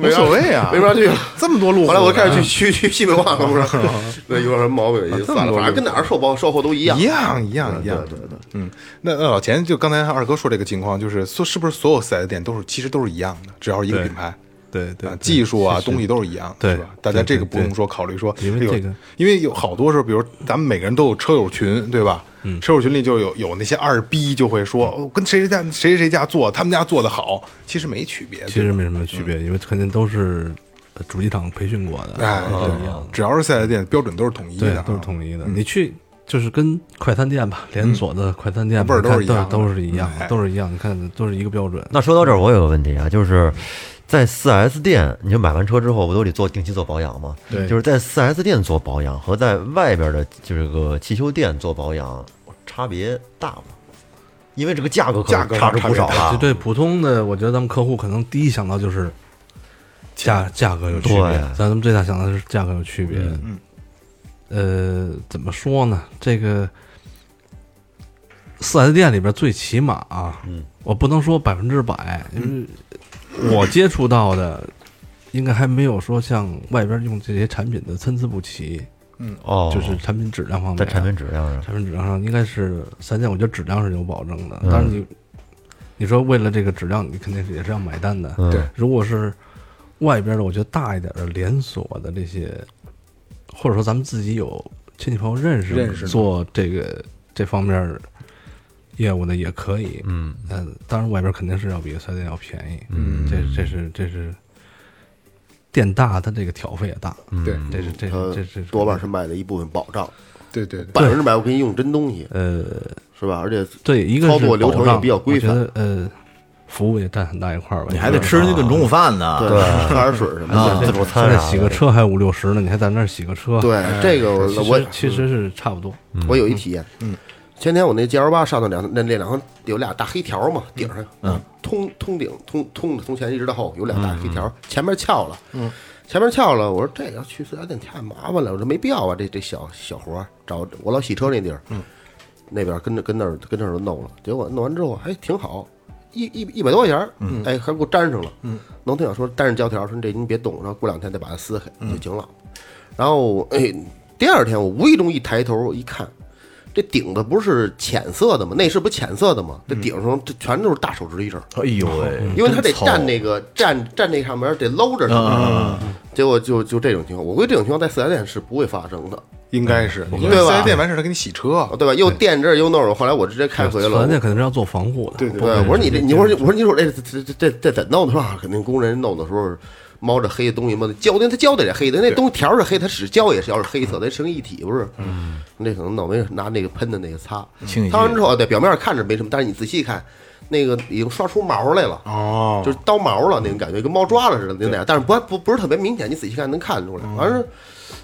S1: 无所谓啊，
S2: 没法去了。
S1: 这么多路虎啊
S2: 后
S1: 呢，
S2: 来我开始去去去西北旺了，不是？那有点什么毛病也就算了，反正跟哪儿售包售后都一样
S1: 一。样一样一样，对对嗯，那那老钱就刚才二哥说这个情况，就是说是不是所有四 S 店都是其实都是一样的，只要是一个
S6: 对
S1: 品牌。
S6: 对对
S1: 啊，
S6: 对
S1: 技术啊，东西都是一样，
S6: 对
S1: 是吧？大家
S6: 对
S1: 这个不用说考虑说，
S6: 因为
S1: 哎呦
S6: 这个，
S1: 因为有好多时候，比如咱们每个人都有车友群，对吧？嗯，车友群里就有有那些二逼就会说，哦跟谁谁家谁谁谁家做，他们家做的好，其实没区别，
S6: 其
S1: 对
S6: 实
S1: 吧
S6: 没什么区别，因为肯定都是呃主机厂培训过的，
S1: 哎
S6: 都一样，
S1: 只要是四 S 店，标准都是统一
S6: 对
S1: 的啊，，
S6: 都是统一的。嗯你去就是跟快餐店吧，连锁的快餐店吧
S1: 味儿都是
S6: 你
S1: 一样
S6: 看
S1: 的
S6: 啊都是一样，嗯都是一样，你看都是一个标准。
S3: 那说到这儿，我有个问题啊，就是在 4S 店，你就买完车之后，不都得做定期做保养吗？
S6: 对
S3: 就是在 4S 店做保养和在外边的这个汽修店做保养差别大吗？因为这个价格可
S1: 价格
S3: 差
S1: 上
S3: 出不少
S1: 差
S3: 了
S6: 就。对普通的，我觉得咱们客户可能第一想到就是价价格有区别，
S3: 对
S6: 咱们最大想到的是价格有区别。嗯，呃，怎么说呢？这个四 S 店里边最起码啊，
S3: 嗯
S6: 我不能说百分之百，因为我接触到的。应该还没有说像外边用这些产品的参差不齐，
S3: 哦，
S6: 就是产品质量方面啊，
S3: 在产品质量上，
S6: 产品质量上应该是三件，我觉得质量是有保证的。但是你，你说为了这个质量，你肯定是也是要买单的。
S3: 嗯
S1: 对
S6: 如果是外边的，我觉得大一点的连锁的这些，或者说咱们自己有亲戚朋友认识的
S1: 认识的
S6: 做这个这方面业务的也可以。
S3: 嗯，
S6: 嗯，当然外边肯定是要比四 S 店要便宜。嗯，这这是这是店大，它这个挑费也大。嗯，
S1: 对
S6: 这是这
S2: 呃
S6: 是这是
S2: 多半是卖的一部分保障，
S1: 对对对，
S2: 百分之百我给你用真东西，
S6: 呃，
S2: 是吧？而且
S6: 对，一个是
S2: 操作流程
S6: 保障
S2: 也比较规范
S6: 我觉得呃，服务也占很大一块儿吧。
S5: 你还得吃人家顿中午饭呢。
S2: 对，喝点水什么的。
S3: 啊自助
S6: 现
S3: 餐啊
S6: 在
S3: 啥
S6: 洗个
S3: 的，
S6: 车还五六十呢，你还在那儿洗个车？
S2: 对，这个
S6: 其
S2: 我
S6: 实，
S2: 我
S6: 其实是差不多。
S2: 我有一体验，哎嗯，前天我那 G L 八上头两那那两行有俩大黑条嘛，顶上，嗯，通通顶通通的从前一直到后有俩大黑
S3: 嗯
S2: 条，前面翘了，嗯，前面翘了，我说这要去四 S 店太麻烦了，我说没必要啊，这这小小活儿找我老洗车那地儿，嗯，那边跟着跟那儿跟那儿都弄了，结果弄完之后还挺好。一一一百多块钱，嗯，哎，还给我粘上了，嗯，农队长说粘上胶条，说这您别动，然后过两天再把它撕开就行了。然后哎，第二天我无意中一抬头一看，这顶子不是浅色的吗？内饰不浅色的吗？这顶上这全都是大手指印儿，
S5: 哎呦喂，
S2: 因为它得
S5: 真嗯糙啊
S2: 站那个站站那上面得搂着它
S6: 嗯
S2: 嘛。结果就就这种情况，我估计这种情况在四 S 店是不会发生的，
S1: 应该是，
S6: 嗯
S1: 因为
S2: 对吧
S1: 四 S 店完事儿他给你洗车，
S2: 对吧？又垫这儿又弄着，后来我直接开回来
S6: 四 S 店
S2: 了。
S6: 肯定是要做防护的。
S1: 对
S2: 对，
S1: 对
S2: 我说你这，你我说我说你说这这这这这怎弄的话，肯定工人弄的时候猫着黑的东西嘛，胶的它胶的也黑的，那东西条儿是黑，它使胶也是要是黑色的，它成一体不是？嗯，那可能弄没拿那个喷的那个擦，
S5: 清洗剂
S2: 擦完之后，对，表面看着没什么，但是你仔细看，那个已经刷出毛来了，
S1: 哦，
S2: 就是刀毛了那种感觉，跟猫抓了似的那种感觉，但是不不不是特别明显，你仔细看能看出来。反正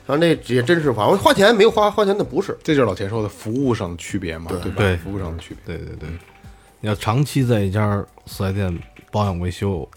S2: 反正这也真是，反正花钱没有花花钱的不是，
S1: 这就是老钱说的服务上的区别嘛，对吧？
S6: 对
S1: 服务上的区别，
S6: 对对对，你要长期在一家四 S 店保养维修，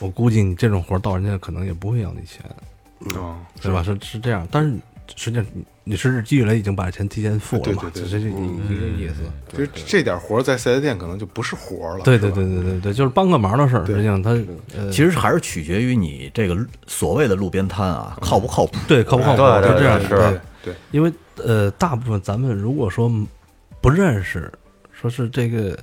S6: 我估计你这种活儿到人家可能也不会要你钱，
S1: 哦，
S6: 是吧？是是这样，但是实际上你你是日积月累已经把钱提前付了嘛，
S1: 对对对
S6: 这是
S2: 嗯
S6: 一个意思。
S1: 其实这点活儿在四 S 店可能就不是活儿了，
S6: 对
S1: 是
S6: 对
S1: 吧
S6: 对对对对，就是帮个忙的事儿，实际上它
S1: 嗯
S6: 呃，
S5: 其实还是取决于你这个所谓的路边摊啊，
S6: 嗯
S5: 靠不靠谱？
S6: 对靠不靠谱，
S3: 对对
S6: 就这样
S3: 对
S6: 对
S3: 是
S1: 对，
S6: 因为呃，大部分咱们如果说不认识，说是这个，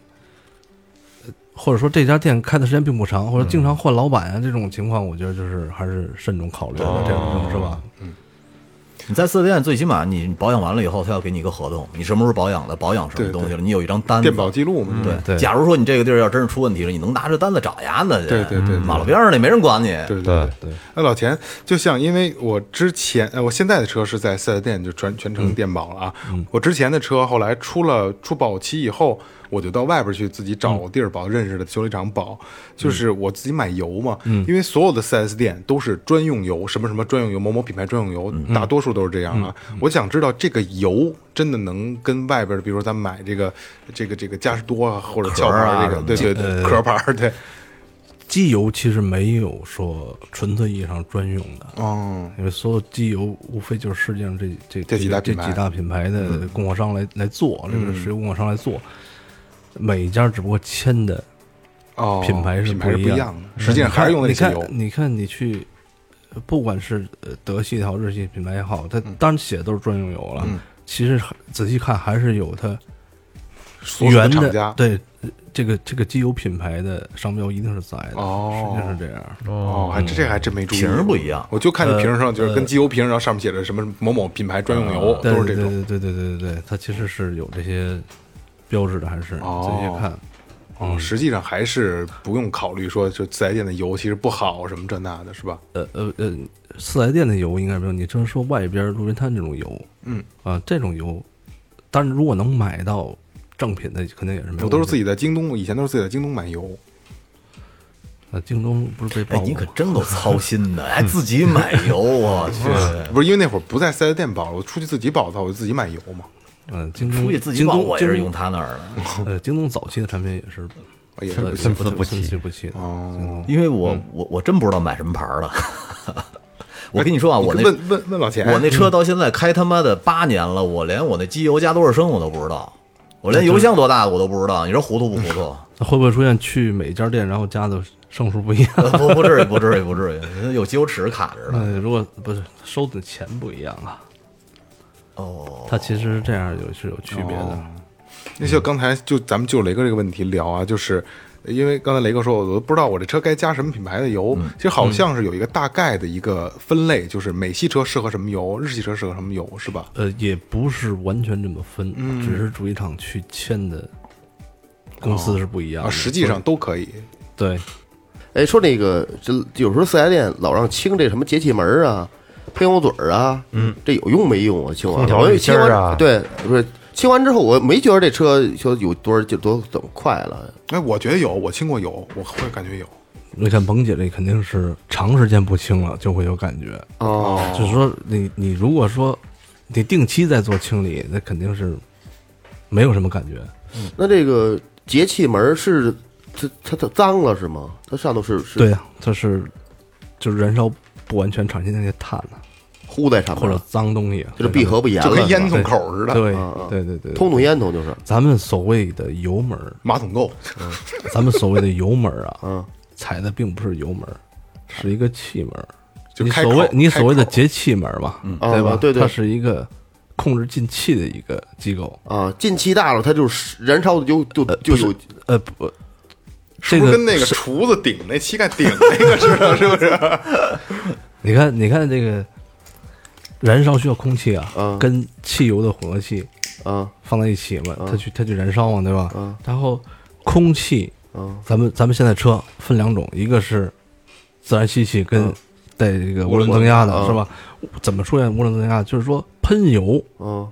S6: 呃或者说这家店开的时间并不长，
S1: 嗯
S6: 或者经常换老板啊、这种情况，我觉得就是还是慎重考虑的，这
S1: 哦
S6: 种是吧？
S5: 你在四 S 店最起码你保养完了以后，他要给你一个合同，你什么时候保养的，保养什么东西了，你有一张单子
S1: 电。保记录嘛，
S5: 对
S1: 嗯，
S6: 对
S5: 假如说你这个地儿要真是出问题了，你能拿着单子找丫呢去？嗯
S1: 对对对对
S5: 马路边上那没人管你。
S1: 对
S3: 对。
S1: 对
S6: 对，
S1: 那哎老钱，就像因为我之前，呃，我现在的车是在四 S 店就全全
S5: 嗯
S1: 程电保了啊。我之前的车后来出了出保期以后，我就到外边去自己
S5: 嗯
S1: 找地儿保，认识的修理厂保，就是我自己买油嘛。
S5: 嗯
S1: 因为所有的四 S 店都是专用油，什么什么专用油，某某品牌专用油，
S5: 嗯
S1: 大多数都是这样啊。我想知道这个油真的能跟外边的，比如说咱买这个这个这个嘉实多啊，或者壳
S5: 壳
S1: 牌
S5: 啊
S1: 这
S5: 什
S1: 个，
S5: 么
S1: 对对对，壳牌儿对，
S6: 机油其实没有说纯粹意义上专用的，
S5: 嗯
S1: 哦，
S6: 因为所有机油无非就是世界上这这
S1: 这几大
S6: 这
S1: 品牌嗯
S6: 几大品牌的供货商来、来做，这个石油供货商来做，每一家只不过签的
S1: 哦，
S6: 品牌是
S1: 品牌是
S6: 一嗯
S1: 不一样的，实际上还是用的那
S6: 你
S1: 些
S6: 看
S1: 油，。
S6: 你看，你去，呃不管是呃德系也好，日系品牌也好，它当然写的都是专用油了。
S1: 嗯
S6: 其实还仔细看，还是有它
S1: 所属的
S6: 原
S1: 厂
S6: 的
S1: 家。
S6: 对呃这个这个机油品牌的商标一定是在的，
S1: 哦
S6: 实际上是这样。
S1: 哦，还这这还真没注
S6: 嗯
S1: 意。
S5: 瓶儿不一样
S1: 我就看这瓶儿上就是跟机油瓶儿，然后上面写着什么某某品牌专用油，
S6: 对
S1: 都是
S6: 呃对
S1: 这种。
S6: 对对对对对对，它其实是有这些标志的，还是仔
S1: 哦
S6: 细看。
S1: 哦，
S6: 嗯
S1: 实际上还是不用考虑说就四 S 店的油其实不好什么这那的，是吧？
S6: 呃呃呃，四 S 店的油应该没有，你就是说外边路边摊这种油，
S1: 嗯
S6: 啊、这种油，当然如果能买到正品的，肯定也是没有问题。
S1: 我都是自
S6: 己
S1: 己在京东，以前都是自己在京东买油。
S6: 啊，京东不是被
S5: 哎
S6: 爆，
S5: 你可
S6: 吗
S5: 真够操心
S6: <laughs>
S5: 的，还自己买油，我去。
S6: 嗯
S1: <laughs> 不是因为那会儿不在四 S 店保了，我出去自己保的话，我就自己买油嘛。
S6: 嗯、京东
S5: 出去自己
S6: 京
S5: 保，
S6: 东
S5: 我也是
S6: 京
S5: 用他那儿的，
S6: 呃，京东早期的产品也是
S1: 也是
S6: 呃
S1: 不
S3: 参差
S6: 不
S3: 不
S6: 参
S3: 齐
S6: 差不齐的。
S1: 哦，
S5: 因为我我我真不知道买什么牌儿的。 <laughs> 我跟你说啊，我那
S1: 哎你问问问老钱，
S5: 我那车到现在开他妈的八年了，我连我那机油加多少升我都不知道，我
S1: 哎
S5: 连油箱多大我都不知道，你说糊涂不糊涂？ <laughs>
S6: 那会不会出现去每家店然后加的升数不一样？
S5: 呃不不至于，不至于，不至于，有机油尺卡着呢。
S6: 呃，如果不是收的钱不一样啊，
S5: 哦，
S6: 它其实是
S1: 哦
S6: 这样有是有区别的。
S1: 那就刚才就咱们就雷哥这个问题聊啊，就是因为刚才雷哥说，我都不知道我这车该加什么品牌的油。其实好像是有一个大概的一个分类，就是美系车适合什么油，日系车适合什么油，是吧？
S6: 呃，也不是完全这么分，啊
S2: 嗯
S6: 只是主机厂去签的公司是不一
S2: 哦
S6: 样的。
S1: 啊，实际上都可以。
S6: 对，
S2: 哎，说那个这有时候四 S 店老让清这什么节气门儿啊、喷油嘴儿啊，嗯，这有用没用啊？清完
S3: 空调
S2: 我
S3: 滤芯
S2: 清
S3: 儿
S2: 完
S3: 啊
S2: 对，不是清完之后我没觉得这车说有多少就多怎么快了，
S1: 哎，我觉得有，我清过油，我会感觉有。
S6: 你看甭姐这肯定是长时间不清了就会有感觉。
S2: 哦，
S6: 就是说你你如果说你定期在做清理，那肯定是没有什么感觉。
S2: 那这个节气门儿是它它它脏了是吗？它上头是是
S6: 对呀、它是就是燃烧不完全产生那些碳啊，
S2: 糊在上面
S6: 或者
S2: 了，
S6: 脏东西啊，
S2: 就是闭合不严了，
S1: 就跟
S2: 是吧
S1: 烟囱口似的，
S6: 对
S2: 啊啊
S6: 对对对，
S2: 通通烟囱就是，
S6: 咱们所谓的油门儿，
S1: 马桶垢。
S6: 咱们所谓的油门儿啊，
S2: 嗯，
S6: 踩的并不是油门儿，是一个气门儿。
S1: 就
S6: 你
S1: 开
S6: 所
S1: 口
S6: 谓你
S1: 开
S6: 所谓的
S1: 口嗯
S6: 节气门儿吧，对吧？
S2: 啊对对
S6: 它是一个控制进气的一个机构。
S2: 啊，进气大了它就是燃烧的就就就有
S6: 呃，不，
S1: 是
S6: 这
S1: 不
S6: 个
S1: 是跟那个厨子顶那膝盖顶那个似的？是不是？
S6: 你看，你看这个燃烧需要空气啊，
S2: 嗯
S6: 跟汽油的混合气
S2: 啊
S6: 放在一起嘛，它去它去燃烧嘛，对吧？
S2: 嗯
S6: 然后空气，
S2: 啊
S6: 咱们咱们现在车分两种，一个是自然吸气跟带这个涡轮增压的
S2: 嗯
S6: 是吧？怎么出现涡轮增压？就是说喷油
S2: 啊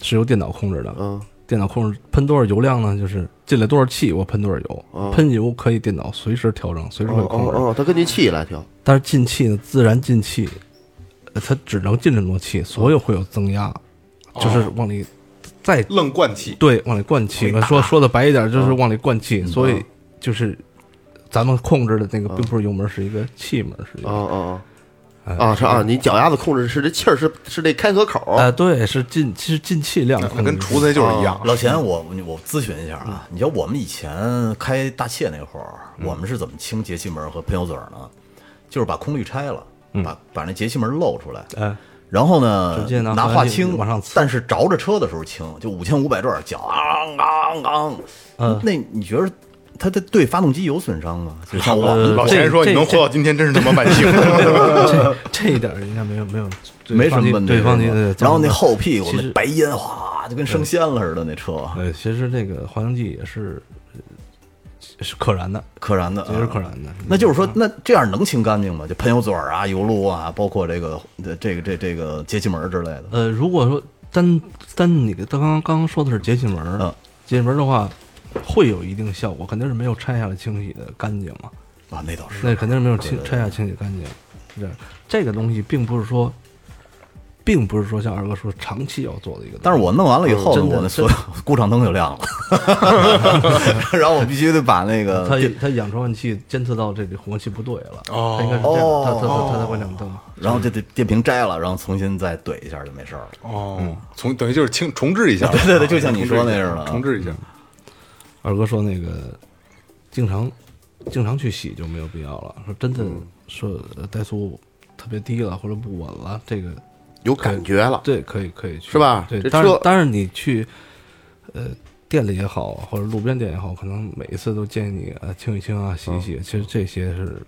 S6: 是由电脑控制的，
S2: 啊
S6: 电脑控制喷多少油量呢？就是进来多少气，我喷多少油。
S2: 嗯
S6: 喷油可以电脑随时调整，随时会
S2: 哦
S6: 控制。
S2: 哦，它根据气来调，
S6: 但是进气呢，自然进气，呃它只能进这么多
S5: 嗯
S6: 气，所有会有增压，
S5: 哦
S6: 就是往里再
S1: 愣灌气，
S6: 对往里灌气。说说的白一点，
S5: 嗯
S6: 就是往里灌气。所以就是咱们控制的那
S5: 嗯
S6: 个并不是油门，是一个气门，是一
S2: 哦
S6: 个
S2: 哦
S6: 哎
S2: 哦，啊是啊，你脚丫子控制是这气儿是是这开合口儿，
S6: 啊，对，是进其实进气量
S5: 啊
S1: 那
S6: 控制
S1: 跟厨子就是一样。
S5: 哦老钱，我我咨询一下啊，你知道我们以前开大切那会儿，
S1: 嗯
S5: 我们是怎么清节气门和喷油嘴儿呢？就是把空滤拆了，
S1: 嗯
S5: 把把那节气门露出来， <laughs>
S6: 哎，
S5: 然后呢，
S6: 直接拿
S5: 拿
S6: 放大
S5: 化
S6: 镜
S5: 清
S6: 往上呲
S5: 但是着着车的时候清，就五千五百转，啊脚昂昂昂，
S6: 嗯
S5: 啊那你觉得它的对发动机有损伤吗？就像我们
S1: 老钱说：“
S6: 这嗯
S1: 你能活到今天，真是他妈万幸。
S6: 这这一点应该没有没有
S5: 没什么问题，
S6: 对方
S5: 是吧
S6: 对，
S5: 然后那后屁股
S6: 其
S5: 那
S6: 实
S5: 白烟哗，就跟升仙了似的，那车
S6: 呃，其实这个化学剂也是呃是可燃的，
S5: 可燃的，啊
S6: 也是可燃的。
S5: 嗯
S6: 嗯
S5: 那就是说，那这样能清干净吗？就喷油嘴儿啊、油路啊，包括这个、这、这个、这、这个节气门儿之类的。
S6: 呃，如果说单单你刚刚刚刚说的是节气门儿，
S5: 嗯
S6: 节气门儿的话，会有一定效果，肯定是没有拆下来清洗的干净嘛，
S5: 啊，那倒是。
S6: 那肯定是没有清拆下清洗干净。是这样这个东西并不是说，并不是说像二哥说长期要做的一个东西，
S5: 但是我弄完了以后呢，
S6: 嗯真的
S5: 我那所有 <laughs> 故障灯就亮了，然后我必须得把那个
S6: 它
S5: 电
S6: 它氧传换器监测到这里红气不对了，
S1: 哦
S6: 它应该是这样的，它它
S5: 哦
S6: 它它才会亮灯。
S5: 然后这电电瓶摘了，然后重新再怼一下就没事儿了”。
S1: 哦，从等于就是清重置一下。
S5: 对对对就像你说
S1: 重
S5: 那
S1: 置一下
S5: 似的啊
S1: 重置一下。
S6: 二哥说那个经常经常去洗就没有必要了。说真的，
S2: 嗯
S6: 说呃怠速特别低了或者不稳了，这个
S2: 有感觉了，
S6: 对可以可以去
S2: 是吧
S6: 对，
S2: 这
S6: 当然
S2: 车
S6: 当然你去呃店里也好，或者路边店也好，可能每一次都建议你呃清一清啊，洗一
S2: 嗯
S6: 洗。其实这些是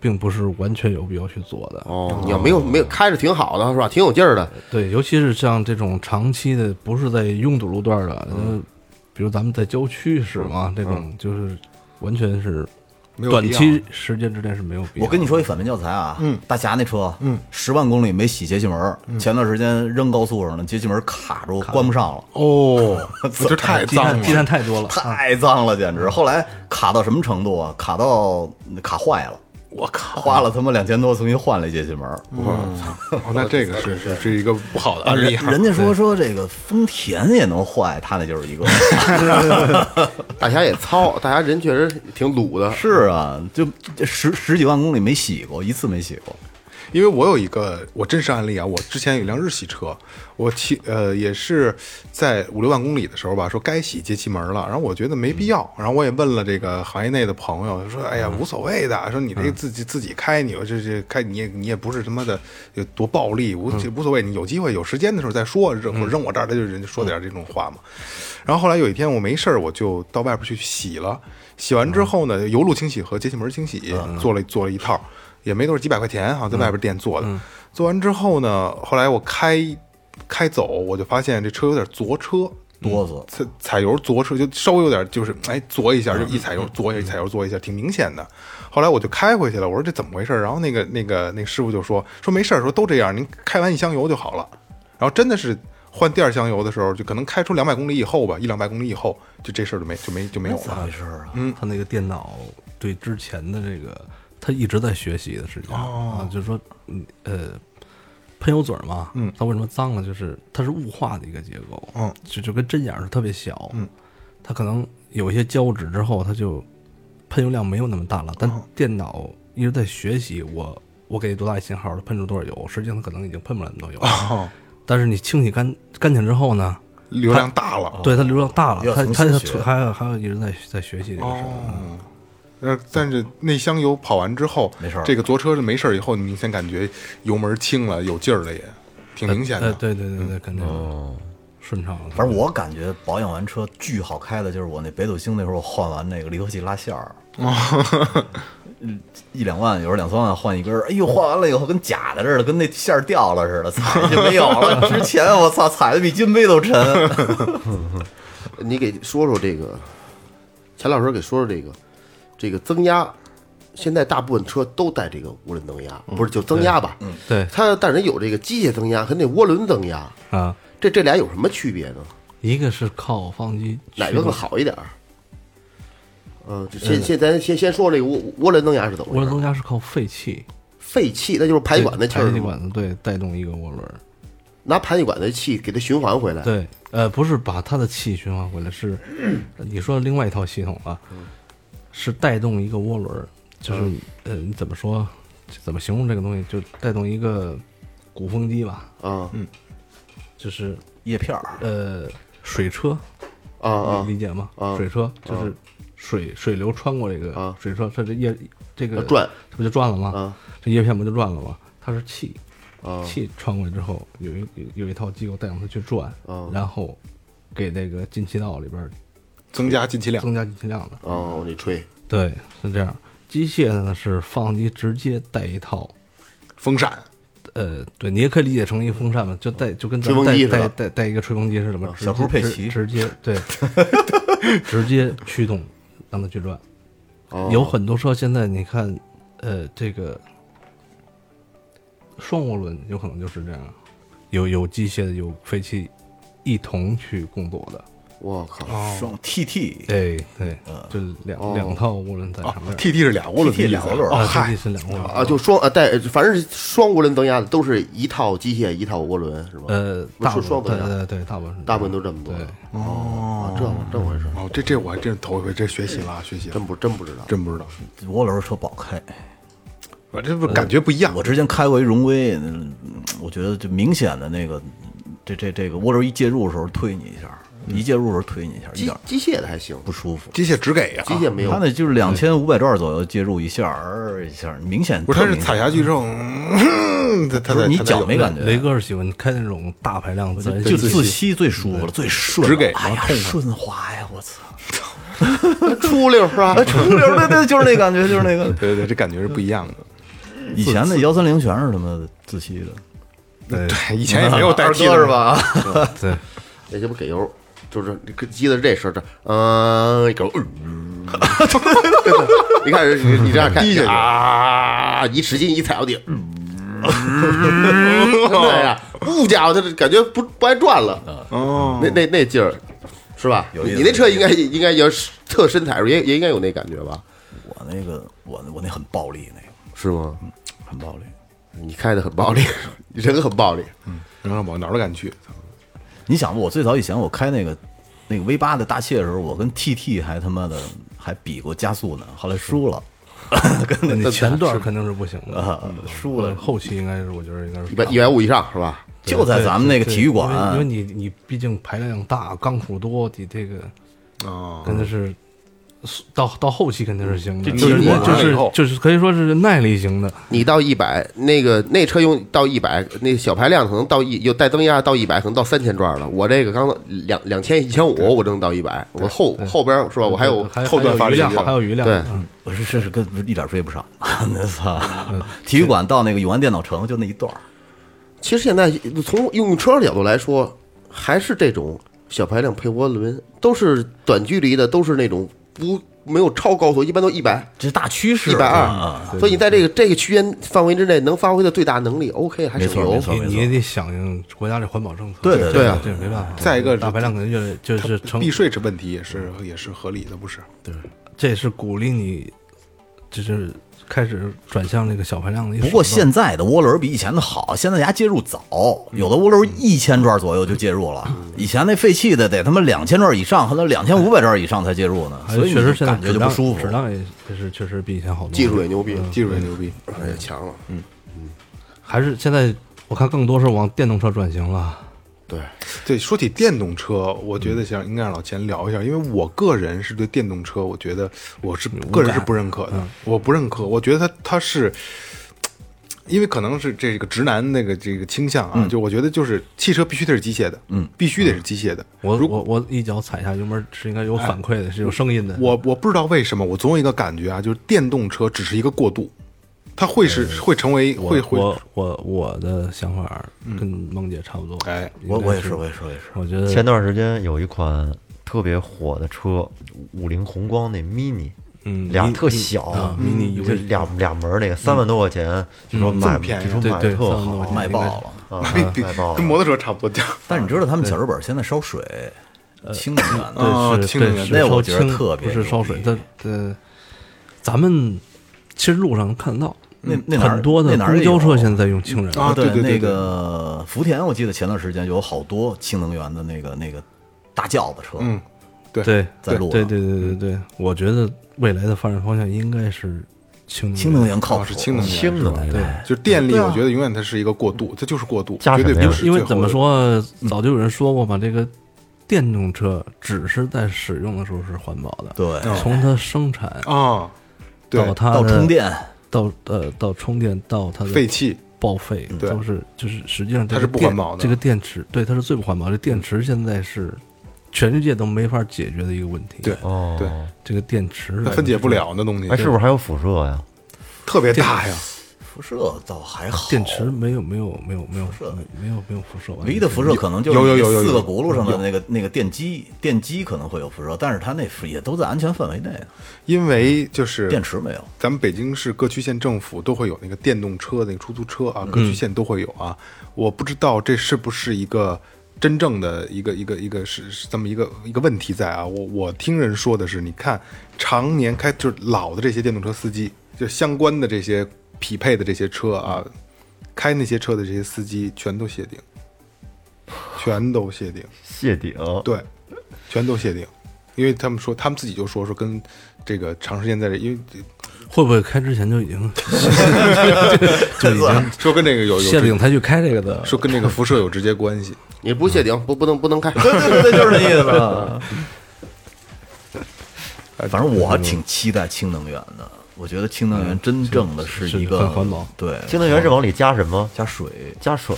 S6: 并不是完全有必要去做的。
S2: 哦，你要没有没有开着挺好的是吧？挺有劲儿的，
S6: 对，尤其是像这种长期的，不是在拥堵路段的，呃
S1: 嗯
S6: 比如咱们在郊区是吗？这种就是完全是
S1: 没有
S6: 短
S1: 必要
S6: 期时间之内是没有必要。
S5: 我跟你，说一反面教材啊，嗯，大侠那车，嗯，十万公里没洗节气门儿，前段时间扔高速上了，节气门儿卡住，关不上了。
S1: <laughs> 哦，我这太
S6: 积
S1: 脏
S6: 碳积
S1: 了。
S6: 碳太
S5: 啊
S6: 多了，
S5: 太脏了，简直！后来卡到什么程度啊？卡到卡坏了，我
S1: <laughs>
S5: 靠，花了他妈两千多重新换了一节气门儿。
S1: 哦，那这个是 <laughs> 是是一个呃不好的案
S5: 人
S1: 例啊哈。
S5: 人家说说这个丰田也能坏，他那就是一个。 <laughs>
S2: 大侠也糙，大侠人确实挺鲁的，
S5: 是啊，就这十十几万公里没洗过，一次没洗过。
S1: 因为我有一个我真实案例啊，我之前有一辆日系车，我骑呃也是在五六万公里的时候吧，说该洗节气门了，然后我觉得没必要，然后我也问了这个行业内的朋友，说哎呀无所谓的，说你这自己自己开，你这这开你也你也不是他妈的有多暴力，无无所谓，你有机会有时间的时候再说，扔我扔我这儿，他就人家说点这种话嘛。然后后来有一天我没事儿，我就到外边去洗了，洗完之后呢，油路清洗和节气门清洗做了做了一套，也没多少几百块钱，好啊像在外边店做的。做完之后呢，后来我开开走，我就发现这车有点左车。
S5: 哆嗦，
S1: 踩踩油左车就稍微有点就是哎左一下就一踩油左一下一踩油左一下挺明显的。后来我就开回去了，我说这怎么回事？然后那个那个那个师傅就说说没事儿，说都这样，您开完一箱油就好了。然后真的是换第二箱油的时候，就可能开出两百公里以后吧，一两百公里以后，就这事儿就没就没就没有
S5: 咋
S1: 了
S5: 回。事啊？
S6: 嗯，他那个电脑对之前的这个，他一直在学习的事情、啊，就是说，嗯呃，喷油嘴儿嘛，嗯，它为什么脏了？就是它是雾化的一个结构，
S1: 嗯，
S6: 就就跟针眼儿是特别小，嗯，它可能有一些胶质之后，它就喷油量没有那么大了，但电脑一直在学习，我我给多大信号，它喷出多少油，实际上它可能已经喷不了那么多油了，
S1: 哦，
S6: 但是你清洗干干净之后呢，
S1: 流量大了。
S6: 对它流量大了
S5: 要，
S6: 它
S5: 重
S6: 它
S5: 新
S6: 它
S5: 学
S6: 还有还有一直在在学习这个事儿。嗯
S1: 哦，呃，但是那箱油跑完之后，
S5: 没事儿
S1: 这个左车是没事儿以后，你明显感觉油门轻了，有劲儿了也，挺明显
S6: 呃
S1: 的。
S6: 对对对对，肯定顺畅了。
S5: 反正我感觉保养完车巨好开的，就是我那北斗星那时候换完那个离合器拉线儿，嗯 <laughs> 一两万，有时候两三万换一根儿，哎呦，换完了以后跟假的似的，跟那线儿掉了似的，踩就没有了。之前我操，踩的比金杯都沉。
S2: 你给说说这个，钱老师给说说这个，这个增压，现在大部分车都带这个涡轮增压，不是就增压吧？嗯，
S6: 对
S2: 它但是有这个机械增压和那涡轮增压，
S6: 啊，
S2: 这这俩有什么区别呢？
S6: 一个是靠发动机驱动，
S2: 哪个更好一点儿？嗯，就先先咱先先说这个涡涡轮增压是怎么
S6: 呃
S2: 回
S6: 涡轮
S2: 事
S6: 增
S2: 儿？
S6: 压是靠废气
S2: 废气，那就是排气管的气
S6: 对
S2: 儿
S6: 排气
S2: 是
S6: 管
S2: 吗，
S6: 子对带动一个涡轮。
S2: 拿排气管的气给它循环回来。
S6: 对，呃，不是把它的气循环回来，是你说另外一套系统了，是带动一个涡轮，就是呃，你怎么说，怎么形容这个东西？就带动一个鼓风机吧，嗯
S2: 啊
S6: 就是
S5: <laughs> 叶片儿，
S6: 呃，水车
S2: 啊啊
S6: 理！理解吗？
S2: 啊
S6: 水车就是水水流穿过这个
S2: 啊
S6: 水车，它这叶这个
S2: 它转，
S6: 它不就转了吗
S2: 啊？
S6: 这叶片不就转了吗？它是气
S2: 啊，
S6: 气穿过来之后，有一有一套机构带动它去转
S2: 啊，
S6: 然后给那个进气道里边
S1: 增加进气量。
S6: 增加进气量的。
S2: 哦，我得吹
S6: 对，是这样。机械的呢是发动机直接带一套，
S1: 风扇，
S6: 呃，对你也可以理解成一个风扇嘛，就带就跟咱们
S2: 嗯吹风机嗯
S6: 带
S2: 似的
S6: 带带带一个吹风机似的嘛，直
S5: 小猪
S6: 接
S5: 佩
S6: 直
S5: 奇
S2: <laughs>
S6: 直接对，直接驱动让它去转。
S2: 哦
S6: 有很多车现在你看，呃，这个双涡轮有可能就是这样，有有机械的，有废气一同去工作的。
S2: 我靠！
S5: 双 TT
S6: 对对，
S2: 嗯
S6: 就两、
S2: 哦
S6: 两套涡轮在
S1: 啊
S6: 上面。
S1: ，T T 是俩涡轮的
S5: TT
S1: 意思，
S5: 俩涡轮
S1: 哦
S6: 啊，
S1: 嗨
S6: 这，是两涡轮
S2: 啊，就双呃带，反正是双涡轮增压的，都是一套机械一套涡轮是吧？
S6: 呃，
S2: 不
S6: 大
S2: 是
S6: 部
S2: 双
S6: 分
S2: 增
S6: 对
S2: 压，
S6: 对对，大部分是
S2: 大部分都这么多
S6: 对。
S2: 哦，这这回事儿，
S1: 哦，这这我还真是头一回，这学习了，啊，学习了
S2: 真，不真不知道。
S1: 真不知道，
S5: 涡轮车不好开。
S1: 我这不感觉不一样
S5: 我之前开过一荣威，嗯我觉得就明显的那个，这这这个涡轮一介入的时候推你一下，一介入的时候推你一下，一
S2: 机
S5: 点儿
S2: 机械的还行，
S5: 不舒服。
S1: 机械只给啊呀、
S2: 机械没有
S5: 他
S6: 啊
S5: 那就是两千五百转左右介入一下儿一下儿，明显
S1: 不是，
S5: 特
S1: 它是
S5: 明
S1: 踩
S5: 显
S1: 下去之后，嗯它它
S5: 不
S1: 才
S5: 是你
S1: 它才有
S5: 脚没感
S6: 雷
S5: 觉，
S6: 哥是喜欢开那种大排量的，
S5: 就自吸最舒服了，最顺了，
S1: 直给
S5: 哎
S1: 然
S5: 呀
S1: 后痛快。
S5: 顺滑呀，我 <laughs> 操，
S2: 出溜是吧？
S5: 出溜儿对对，就是那感觉，就是那个
S1: 对对，这感觉是不一样的。
S5: 以前那幺三零全是他妈自吸的，
S6: 对
S1: <laughs> 对，以前也没 <laughs> 有代替的
S5: 二哥是？吧？
S6: 对，
S2: 那些不给油，就是你跟记得这事儿，这嗯一狗，嗯 <laughs> 真的你看人你你这样看
S1: 低下去
S2: 啊，一使劲一踩到底，嗯， <laughs> 对呀，物家伙，他这感觉不不爱转了，
S1: 哦，
S2: 那那那劲儿是吧？
S5: 嗯有意思
S2: 你那车应该应该要是特身踩的时候也也应该有那感觉吧？
S5: 我那个我我那很暴力，那个
S2: 是吗？
S5: 很暴力。
S2: 你开的很暴力， <laughs> 你人很暴力，
S1: 然后往哪儿都敢去，
S5: 你想吧，我最早以前我开那个那个 V 八的大切的时候，我跟 TT 还他妈的还比过加速呢，后来输了。
S1: 嗯
S6: 你前段肯定是不行的，
S5: 啊，输了
S6: 后期应该是我觉得应该是
S2: 一百一百五以上是吧？
S5: 就在咱们那个体育
S6: 因为
S5: 馆，啊
S6: 你你毕竟排量大，钢骨多，你这个
S1: 啊，
S6: 肯定是到到后期肯定是行的，
S1: 这
S6: 就是
S1: 体育馆
S6: 就
S1: 以
S6: 是
S1: 后
S6: 就是可以说是耐力型的，
S2: 你到一百，那个那车用到一百，那小排量可能到一有带增压到一百，可能到三千转了。我这个刚两两千一千五，我就能到一百。我后后边是吧？我还有
S6: 还
S1: 后段发力
S6: 还
S1: 是
S6: 有余
S1: 吧
S6: 量，还有余量，
S2: 对
S6: 嗯
S5: 我是这是跟一点追不上，那操！ <laughs> 体育馆到那个永安电脑城就那一段儿
S2: 其实现在从用车的角度来说，还是这种小排量配涡轮，都是短距离的，都是那种不没有超高速，一般都一百
S5: 这是大趋势，
S2: 120
S5: 嗯
S2: 所以你在这个这个区间范围之内能发挥的最大能力，OK，还
S5: 没
S2: 省
S5: 错没
S2: 油。
S5: 错
S6: 你你也得响应国家这环保政策，
S5: 对对
S2: 对啊
S6: 这也没办法。
S1: 再一个
S6: 大排量可能越来就是成
S1: 避税这问题也是也是合理的，不是？
S6: 这也是鼓励你，就是开始转向那个小排量的一个
S5: 不
S6: 手段。
S5: 过现在的涡轮比以前的好，现在人家介入早，有的涡轮一千转左右就介入了，
S6: 嗯
S5: 以前那废弃的得他妈两千转以上，和那两千五百转以上才介入呢，
S6: 还
S5: 所
S6: 是
S5: 以你
S6: 哎确实现在
S5: 感觉就不舒
S6: 质
S5: 服。
S6: 量也也是确实比以前好多了。
S2: 技术也牛逼，
S5: 嗯
S1: 技术也牛逼，
S2: 哎呀强了。
S6: 还是现在我看更多是往电动车转型了。
S2: 对，
S1: 对，说起电动车，我觉得想应该让老钱聊一下，因为我个人是对电动车，我觉得我是个人是不认可的，我不认可，我觉得它它是。因为可能是这个直男那个这个倾向啊，就我觉得就是汽车必须得是机械的，嗯，必须得是机械的。
S6: 我
S1: 如
S6: 我我一脚踩下油门是应该有反
S5: 哎
S6: 馈的，是有声音的。
S1: 我我不知道为什么，我总有一个感觉啊，就是电动车只是一个过渡，它会是会成为
S6: 我
S1: 会会，
S6: 我我我的想法
S5: 嗯
S6: 跟梦姐差不多。
S1: 哎，
S5: 我我也
S6: 应该
S5: 是，
S6: 是，
S5: 我也是，我也是。
S6: 我觉得
S3: 前段时间有一款特别火的车，五菱宏光那 mini，
S6: 嗯
S3: 俩
S6: 迷
S3: 特小嗯
S6: 迷你
S3: 就俩俩门儿那个三万多块钱，就说买，
S1: 便宜
S3: 就说
S6: 对
S3: 买
S6: 对
S3: 特
S6: 三万多块
S3: 好
S6: 钱，
S5: 卖爆了，
S3: 啊，
S1: <laughs> 比
S3: 买爆
S1: 跟
S3: 了。
S1: 摩托车差不多价。
S5: 但是你知道他们小日本现在烧水，氢能源的，
S1: 啊
S6: 对，是
S1: 听着
S6: 对，
S1: 也
S6: 是
S1: 那
S6: 烧
S5: 我觉得
S6: 氢
S5: 特别
S6: 不是烧
S5: 牛
S6: 水，
S5: 逼
S6: 它呃，咱们其实路上能看得到，
S5: 那那哪儿
S6: 嗯很多的
S5: 那哪儿
S6: 公
S5: 也有
S6: 交车现在用氢燃料，
S1: 啊对对对
S5: 哦那个福田，我记得前段时间有好多氢能源的那个那个大轿子车，
S1: 嗯对
S6: 对，
S5: 在路
S6: 对
S5: 上
S6: 对对
S1: 嗯
S6: 对对，我觉得未来的发展方向应该是氢
S5: 氢能源靠谱，
S1: 哦是氢能源
S3: 轻能
S6: 对，
S1: 就是电力，
S5: 对啊
S1: 我觉得永远它是一个过渡，它就是过渡，
S3: 加
S1: 绝对
S3: 什么呀
S1: 不是
S6: 因为
S1: 最后
S6: 怎么
S1: 的嗯
S6: 说，早就有人说过嘛，这个电动车只是在使用的时候是环保的，
S5: 对，
S1: 哦
S6: 从它生产
S1: 啊？对
S6: 到，它
S5: 到
S6: 的
S5: 充，电，
S6: 到呃到充电到它的
S1: 废气嗯
S6: 报废
S1: 对
S6: 都是就是实际上这
S1: 它
S6: 个
S1: 是不
S6: 电
S1: 环保的
S6: 这个电池对它是最不环保的。这电池现在是全世界都没法解决的一个问题。
S1: 对
S3: 哦，
S1: 对，
S6: 这个电池
S1: 它分解不，了那东西
S3: 哎，，是不是还有辐射呀？
S1: 特别大呀？
S5: 辐射倒还好，
S6: 电池没有没有没有没有
S5: 射
S6: 没有没有辐射，
S5: 唯一的辐射可能就是
S1: 有有有有有
S5: 四个轱辘上的那个那个电机，电机可能会有辐射，但是它那辐也都在安全范围内，
S1: 因为就是
S5: 电池
S1: <laughs>
S5: 没有。
S1: 咱们北京市各区县政府都会有那个电动车那个出租车啊，各区县都会有啊。我不知道这是不是一个真正的一个一个一个是是这么一个一个问题在啊。我我听人说的是，你看常年开就是老的这些电动车司机，就相关的这些匹配的这些车啊，开那些车的这些司机全都谢顶，全都谢顶。
S3: 谢顶，
S1: 对，全都谢顶，因为他们说他们自己就说说跟这个长时间在这，因为
S6: 会不会开之前就已经就已经
S1: 说跟这个有有
S6: 谢顶才去开这个的？
S1: 说跟这个辐射有直接关系。
S2: 你不谢顶，不不能不能开。
S5: 对对对，就是这意 <laughs> 思。
S1: 哎
S5: 反正我挺期待氢能源的，我觉得氢能
S1: 嗯
S5: 源真正的是一
S6: 是
S5: 个
S6: 很环保，
S5: 对，
S3: 氢能源是往里加什么？
S5: 加水。
S3: 加水。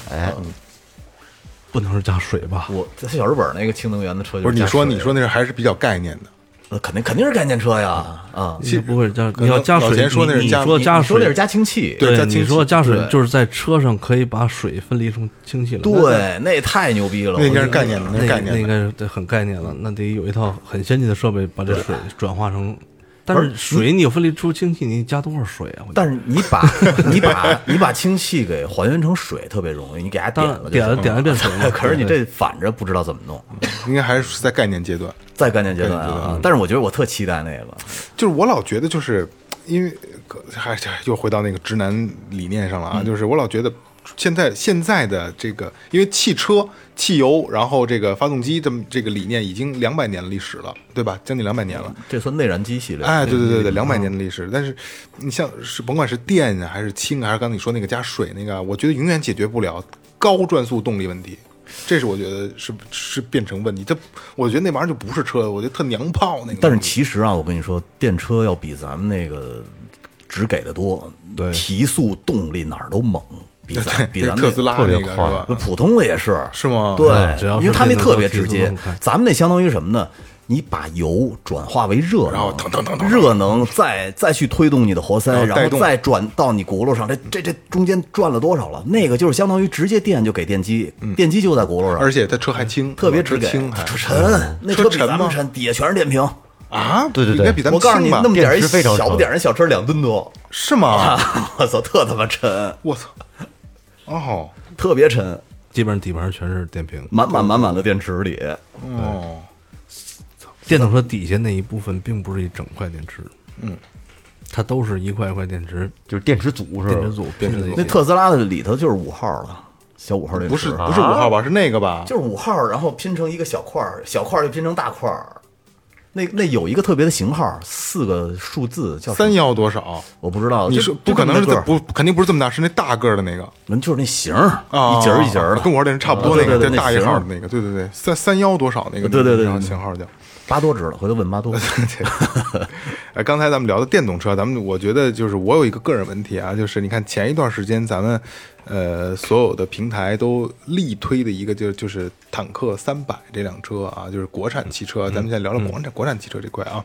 S6: 不能是加水吧？
S5: 我在小日本那个氢能源的车就
S1: 不是
S5: 加
S1: 你说
S5: 水
S1: 你说那是还是比较概念的，
S5: 那肯定肯定是概念车呀啊！
S1: 其实
S6: 应该不会加，
S1: 可能
S6: 你要加
S1: 老
S6: 水，
S1: 钱说那是
S6: 你你
S1: 加
S6: 说
S5: 你
S6: 加
S5: 你说那
S6: 水
S5: 是加氢气，
S1: 对加氢
S6: 你说
S1: 气
S6: 加水
S5: 对
S6: 就是在车上可以把水分离成氢气了。那
S5: 对，那太牛逼了，
S1: 那应该
S5: 我
S1: 是
S5: 觉得
S1: 概念的，那
S6: 那
S1: 是概
S6: 那
S1: 念的。
S6: 应该是得很概念了，那得有一套很先进的设备把这水转化成。但是水你有分离出氢气，你加多少水啊？我觉得
S5: 但是你
S1: <laughs>
S5: 把你把你把氢气给还原成水特别容易，你给它点
S6: 当
S5: 了就
S6: 然点了
S5: 行
S6: 点了变水嘛
S5: <laughs> 可是你这反着不知道怎么弄，
S1: 应该还是在概念阶段。
S5: 在概念阶段
S1: 概念阶
S5: 啊！但是我觉得我特期待那个，
S1: 就是我老觉得就是因为可还是又回到那个直男理念上了啊，就是我老觉得现在现在的这个，因为汽车、汽油，然后这个发动机这么这个理念已经两百年的历史了，对吧？将近两百年了。
S5: 这算内燃机系列。
S1: 哎，对对对对，两
S5: 嗯
S1: 百年的历史。但是你像是甭管是电呀，还是氢啊，还是刚才你说那个加水那个啊，我觉得永远解决不了高转速动力问题。这是我觉得是是变成问题，这我觉得那玩意儿就不是车，我觉得特娘炮那个东西。
S5: 但是其实啊，我跟你说，电车要比咱们那个只给的多，
S6: 对
S5: 提速动力哪儿都猛，比咱比
S1: 那 <laughs>
S5: 咱
S1: 特斯
S5: 们
S1: 拉那个是吧？
S5: 普通的也是
S1: 是吗嗯
S5: 对，
S6: 嗯只要是
S5: 因为他那
S6: 电动
S5: 特别
S6: 车提
S5: 直
S6: 速
S5: 接
S6: 更快，
S5: 咱们那相当于什么呢？你把油转化为热能，
S1: 然后腾腾腾腾
S5: 热能再再去推动你的活塞，
S1: 然后
S5: 然
S1: 带
S5: 后
S1: 动
S5: 再转到你轱辘上，这这这中间转了多少了？那个就是相当于直接电就给电机，电机就在轱辘上，
S1: 嗯而且它车还轻，
S5: 特别
S1: 车
S5: 直给，
S1: 轻还嗯
S5: 车沉，那车比
S1: 沉
S5: 咱
S1: 吗
S5: 们沉，底下全是电瓶。
S1: 啊？
S3: 对对对
S1: 应该比咱
S5: 我
S1: 们
S5: 告诉你，
S1: 轻吧
S5: 那？么点啊儿一
S3: 电池非常
S5: 小不
S3: 沉
S5: 点儿一小车两吨多，
S1: 是吗？
S5: <laughs> 我操，特他妈沉，
S1: 我操！
S5: <laughs>
S1: 哦
S5: 特别沉，
S6: 基本上底盘全是电瓶。
S5: 满满满满的电池里。
S1: 哦，
S6: 电动车底下那一部分并不是一整块电池，嗯，它都是一块一块电池
S3: 就是电池组是吧？
S6: 电池组拼在一
S5: 那
S6: 起。
S5: 特斯拉的里头就是五号了，小五号电池，啊
S1: 不是不是五号吧？是那个吧？
S5: 就是五号，然后拼成一个小块儿，小块儿又拼成大块儿。那那有一个特别的型号，四个数字叫什么
S1: 三，幺多少？
S5: 我不知道，
S1: 你
S5: 就是就
S1: 不可能是
S5: 这么
S1: 这
S5: 大个儿
S1: 不肯定不是这么大，是那大个儿的那个
S5: 嗯就是那型儿，
S1: 啊，
S5: 一节儿一节儿的，
S1: 跟我这人差不多
S5: 啊
S1: 那个，
S5: 对对
S1: 对
S5: 对
S1: 大一
S5: 那型
S1: 号
S5: 儿
S1: 的那个，对对对，三三幺多少那个？
S5: 对对对对对
S1: 型号叫。
S5: 巴多知了，回头问巴多。
S1: <laughs> 哎，刚才咱们聊的电动车，咱们我觉得就是我有一个个人问题啊，就是你看前一段时间咱们呃所有的平台都力推的一个就就是坦克三百这辆车啊，就是国产汽
S5: 嗯
S1: 车。咱们现在聊聊国产、国产汽车这块啊。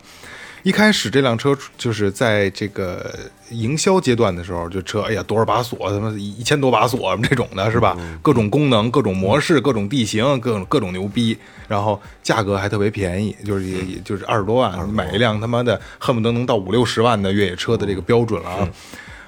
S1: 一开始这辆车就是在这个营销阶段的时候，就车哎呀多少把锁，他妈一千多把锁什么这种的，是吧？各种功能、各种模式、各种地形、各种各种牛逼，然后价格还特别便宜，就是也也就是嗯二十多万买一辆他妈的恨不得能到五六十万的越野车的这个标准了啊。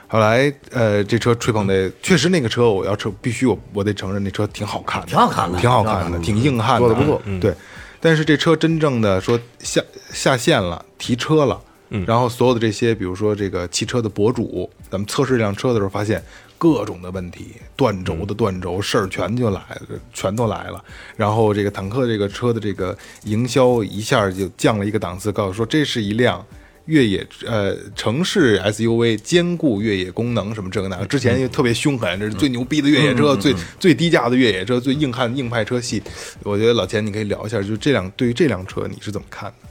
S1: 后来，呃，这车吹捧的确实那个车，我要车必须我我得承认那车挺好看的，
S5: 挺好看的
S1: 挺好看的，挺硬汉的，啊嗯
S2: 做得不错
S1: 对，但是这车真正的说下下线了，提车了，然后所有的这些，比如说这个汽车的博主，咱们测试这辆车的时候发现各种的问题，断轴的断轴事儿全就来了，全都来了。然后这个坦克这个车的这个营销一下就降了一个档次，告诉说这是一辆。越野呃城市 SUV 兼顾越野功能什么这个那个，之
S5: 嗯
S1: 前也特别凶狠，这是最牛逼的越野车，最最低价的越野车，最硬汉硬派车系。我觉得老钱你可以聊一下，就这辆对于这辆车你是怎么看的？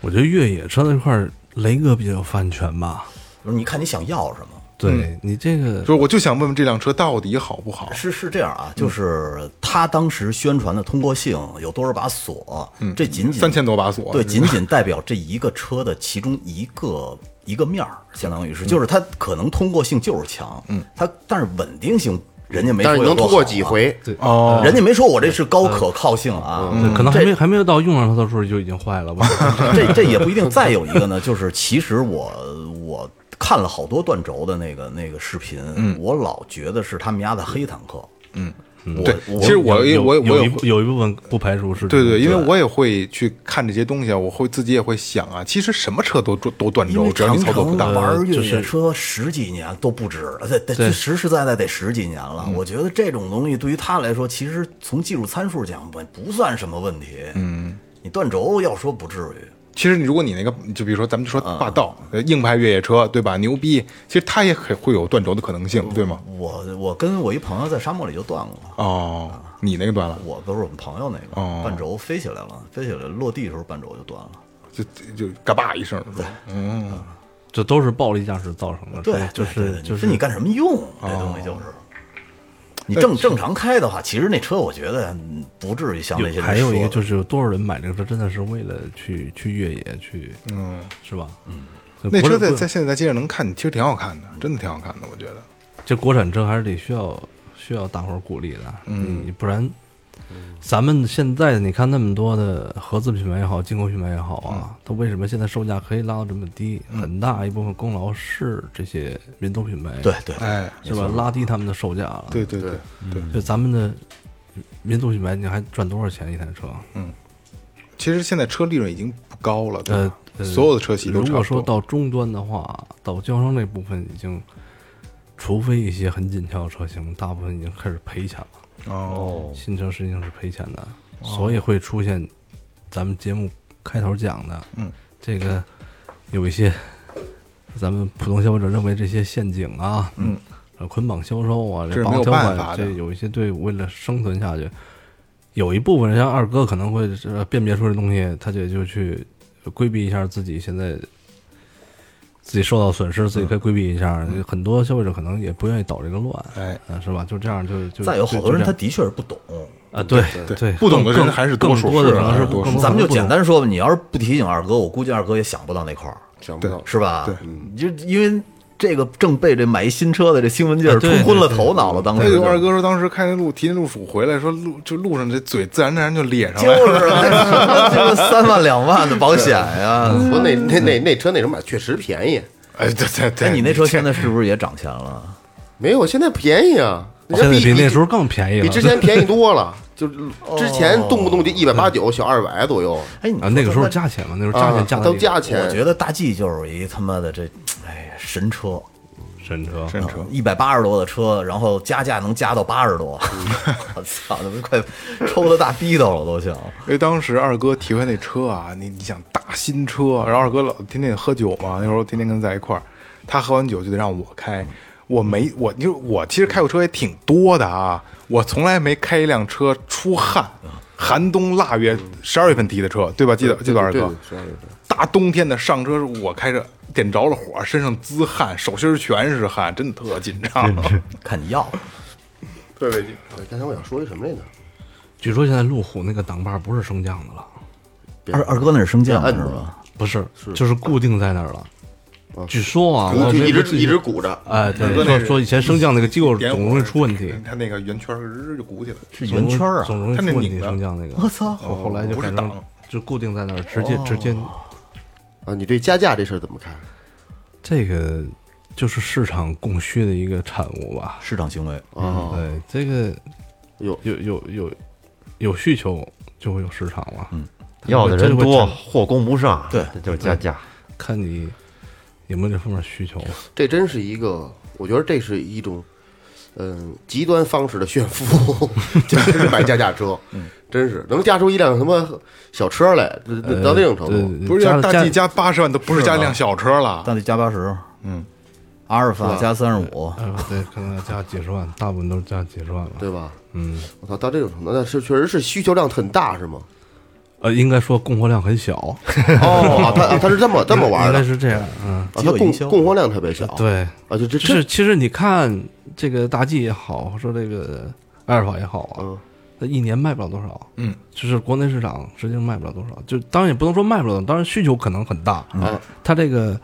S6: 我觉得越野车那块儿，雷哥比较发言权吧？
S5: 你看你想要什么？
S6: 对你这
S1: 嗯
S6: 个
S1: 就是我就想问问这辆车到底好不好？
S5: 是是这样
S1: 嗯
S5: 啊，就是他当时宣传的通过性有多少把锁，这仅仅
S1: 嗯三千多把锁，
S5: 对，仅仅代表这一个车的其中一个一个面儿，相当于
S1: 嗯
S5: 是，就是它可能通过性就是强，嗯，它但是稳定性人家没说
S2: 但
S5: 有
S2: 是你
S5: 多好啊，
S2: 能通过几回？
S1: 哦，嗯
S5: 人家没说我这是高可靠性啊，
S6: 对可能还没还没有到用上它的时候就已经坏
S1: <laughs>
S6: 了吧？
S5: 这这也不一定。再有一个呢，就是其实我我看了好多断轴的那个那个视频，
S1: 嗯
S5: 我老觉得是他们家的黑坦克，嗯，我
S1: 对
S5: 我
S1: 其实我也
S6: 有
S1: 我也我
S6: 有
S1: 也
S6: 一
S1: 会
S6: 有一部分不排除是
S1: 对对，因为
S5: 对
S1: 我也会去看这些东西啊，我会自己也会想啊，其实什么车都都断
S5: 因
S1: 轴，
S5: 为
S1: 只要
S5: 长
S1: 你操作不
S5: 城
S1: 当。
S5: 玩越
S6: 就是
S5: 野车十几年都不止了，得得
S6: 对嗯
S5: 实实在在得十几年了。我觉得这种东西对于他来说，其实从技术参数讲不不算什么问题。嗯，你断轴要说不至于，
S1: 其实你如果你那个，就比如说咱们就说霸道、呃硬派越野车，对吧？牛逼，其实它也很会有断轴的可能性，对吗？
S5: 我我跟我一朋友在沙漠里就断过，
S1: 哦，你那个断了，
S5: 我不是我们朋友那
S1: 哦
S5: 个半轴飞起来了，飞起来落地的时候半轴就断了。
S1: 就就嘎巴一声，是吧
S6: 这都是暴力驾驶造成的，
S5: 对，
S6: 就
S5: 对对
S6: 是
S5: 对
S6: 就
S5: 你
S6: 是哦
S5: 说你干什么用？啊这东西就是。你
S6: 哎
S5: 正正常开的话，其实那车我觉得嗯不至于像那些
S6: 有
S5: 人
S6: 还有一个
S5: 说的
S6: 就是有多少人买这个车真的是为了去去越野去，嗯，是吧？嗯，
S1: 那车在
S6: 不是
S1: 在现在在街上能看，其实挺好看的，真的挺好看的，我觉得。
S6: 这国产车还是得需要需要大伙儿鼓励的，嗯，不然咱们现在你看那么多的合资品牌也好，进口品牌也好
S1: 嗯
S6: 啊，它为什么现在售价可以拉到这么低？很大一部分功劳是这些民族品牌，
S5: 对，对，
S1: 哎，
S6: 是吧？拉低他们的售价了，
S1: 对对对对，
S6: 就咱们的民族品牌，你还赚多少钱一台车？
S1: 嗯其实现在车利润已经不高了，对
S6: 呃
S1: 吧，
S6: 呃
S1: 所有的车企都
S6: 如
S1: 差
S6: 果
S1: 不
S6: 说
S1: 多。
S6: 到终端的话，到经销商这部分已经除非一些很紧俏的车型，大部分已经开始赔钱了。
S1: 哦，
S6: 新车实际上是赔钱的，所以会出现咱们节目开头讲的，
S1: 嗯，
S6: 这个有一些咱们普通消费者认为这些陷阱啊，嗯，捆绑销售啊，
S1: 这是
S6: 绑
S1: 没有
S6: 销
S1: 办法
S6: 款，
S1: 的
S6: 这有一些队伍为了生存下去，有一部分人像二哥可能会呃辨别出这东西，他就就去规避一下自己现在。自己受到损失，自己可以规避一下。很多消费者可能也不愿意捣这个乱，
S1: 嗯哎
S6: 啊，是吧？就这样，就就
S5: 再有好多
S6: 就这
S5: 人
S6: 样
S5: 他的确是不懂。
S6: 啊，对
S1: 对
S6: 对，
S1: 不懂的人
S6: 更
S1: 还是
S6: 更
S1: 多啊数
S6: 多的
S1: 是
S6: 可能
S1: 还
S6: 是
S1: 是多
S6: 更
S1: 数
S6: 多
S5: 咱们就
S6: 不懂
S5: 简单说吧，你要是不提醒二哥，我估计二哥也想不到那块儿，
S2: 想不到
S5: 是吧？
S1: 对，
S5: 你就因为这个正被这买一新车的这兴奋劲儿
S6: 啊对
S5: 冲昏了头脑了，当
S1: 那
S5: 时
S1: 有
S5: 就
S1: 二哥说，当时开那路提那路虎回来，说路就路上这嘴自然自然就咧上
S5: 就
S1: 来了，
S5: 是 <laughs> 啊这个三万两万的保险呀。
S2: 不，那那那那车那什么确实便宜，
S1: 哎，对对对，
S5: 哎，你那车现在是不是也涨钱
S6: <laughs>
S5: 了？
S2: 没有现在便宜啊，人家
S6: 现在比
S2: 比
S6: 那时候更便宜了，
S2: 比之前便宜多
S6: <laughs>
S2: 了，就是之前动不动就一百八九小二百左右
S5: 哎，你
S6: 啊，那个时候
S5: 说
S6: 加钱嘛，那时候加
S2: 啊
S6: 嗯钱加，的
S2: 都加
S5: 我
S2: 钱，
S5: 觉得大 G 就是一他妈的这，哎呀，神车，
S6: 神车，
S1: 真车
S5: 一百八十多的车，然后加价能加到八十
S6: <laughs>
S5: 多，我操，他妈快抽他大逼斗了都行。
S1: 因为哎当时二哥提回那车啊，你你想大新车，然后二哥老天天喝酒嘛，那时候天天跟他在一块儿，他喝完酒就得让我开，我没我就是我其实开过车也挺多的啊，我从来没开一辆车出汗，寒冬腊月十二月份提的车，对吧？记得记得吧二
S2: 对
S1: 哥
S2: 对，对对
S1: 大冬天的上车是我开着，点着了火，身上滋汗，手心儿全是汗，真的特紧张，
S5: 看你要，
S1: <laughs> 特别紧
S2: 对哎刚才我想说一什么来着？
S6: 据说现在路虎那个挡把不是升降的了，
S5: 二二哥那是升降的
S2: 摁
S5: 是
S2: 着
S5: 吧？
S6: 不是，就是固定在那儿了。据说啊，
S2: 鼓
S6: 我
S2: 就
S6: 没
S2: 一
S6: 不
S2: 直
S6: 记
S2: 一直鼓着，
S6: 哎，
S1: 二哥那
S6: 对，说
S1: 是
S6: 说以前升降那个机构
S1: 点火
S6: 总容易出问题，
S1: 它那个圆圈儿日就鼓起来了，
S5: 是圆圈啊！
S6: 总容易
S1: 它那
S6: 出问
S1: 拧
S6: 题，
S1: 的
S6: 升降那个。
S5: 我操
S6: 后后来就
S1: 不是
S6: 反
S1: 挡
S6: 正就固定在那儿，直接直接
S2: 啊，你对加价这事儿怎么看？啊
S6: 这个就是市场供需的一个产物吧。
S5: 市场行为，
S2: 啊，
S6: 对，这个
S2: 有
S6: 有有有有需求就会有市场嘛。嗯，
S3: 要的人
S6: 真会
S3: 多，
S6: 产
S3: 货供不上，
S5: 对，
S3: 就是加价。
S6: 看你有没有这方面需求。
S2: 这真是一个，我觉得这是一种，嗯，极端方式的炫富， <laughs> 就是买加价车，
S6: 嗯
S2: 真是能加出一辆什么小车来，这这到那种程度，
S6: 哎对
S1: 不是
S6: 加
S1: 大
S6: 加
S1: G 呃加八十万都不是啊加一辆小车了，
S5: 但得加八十，
S1: 嗯，
S5: 阿尔法加三十五，
S6: 呃，对，可能要加几十万，大部分都是加几十万了。
S2: 对吧？
S6: 嗯，
S2: 我操，到这种程度，那是确实是需求量很大，是吗？
S6: 呃，应该说供货量很小，
S2: 哦，啊他啊他是这么 <laughs> 这么玩
S6: 应
S2: 的
S6: 该，是这样。嗯，
S2: 啊，
S5: 饥
S2: 他
S5: 饿
S2: 供
S5: 营销
S2: 供货量特别小，
S6: 对，
S2: 啊，就这
S6: 就是
S2: 这
S6: 其实你看这个大 G 也好，说这个阿尔法也好啊
S2: 嗯，
S6: 它一年卖不了多少。
S1: 嗯，
S6: 就是国内市场实际上卖不了多少，就当然也不能说卖不了，当然需求可能很大。
S2: 啊，
S6: 它这个，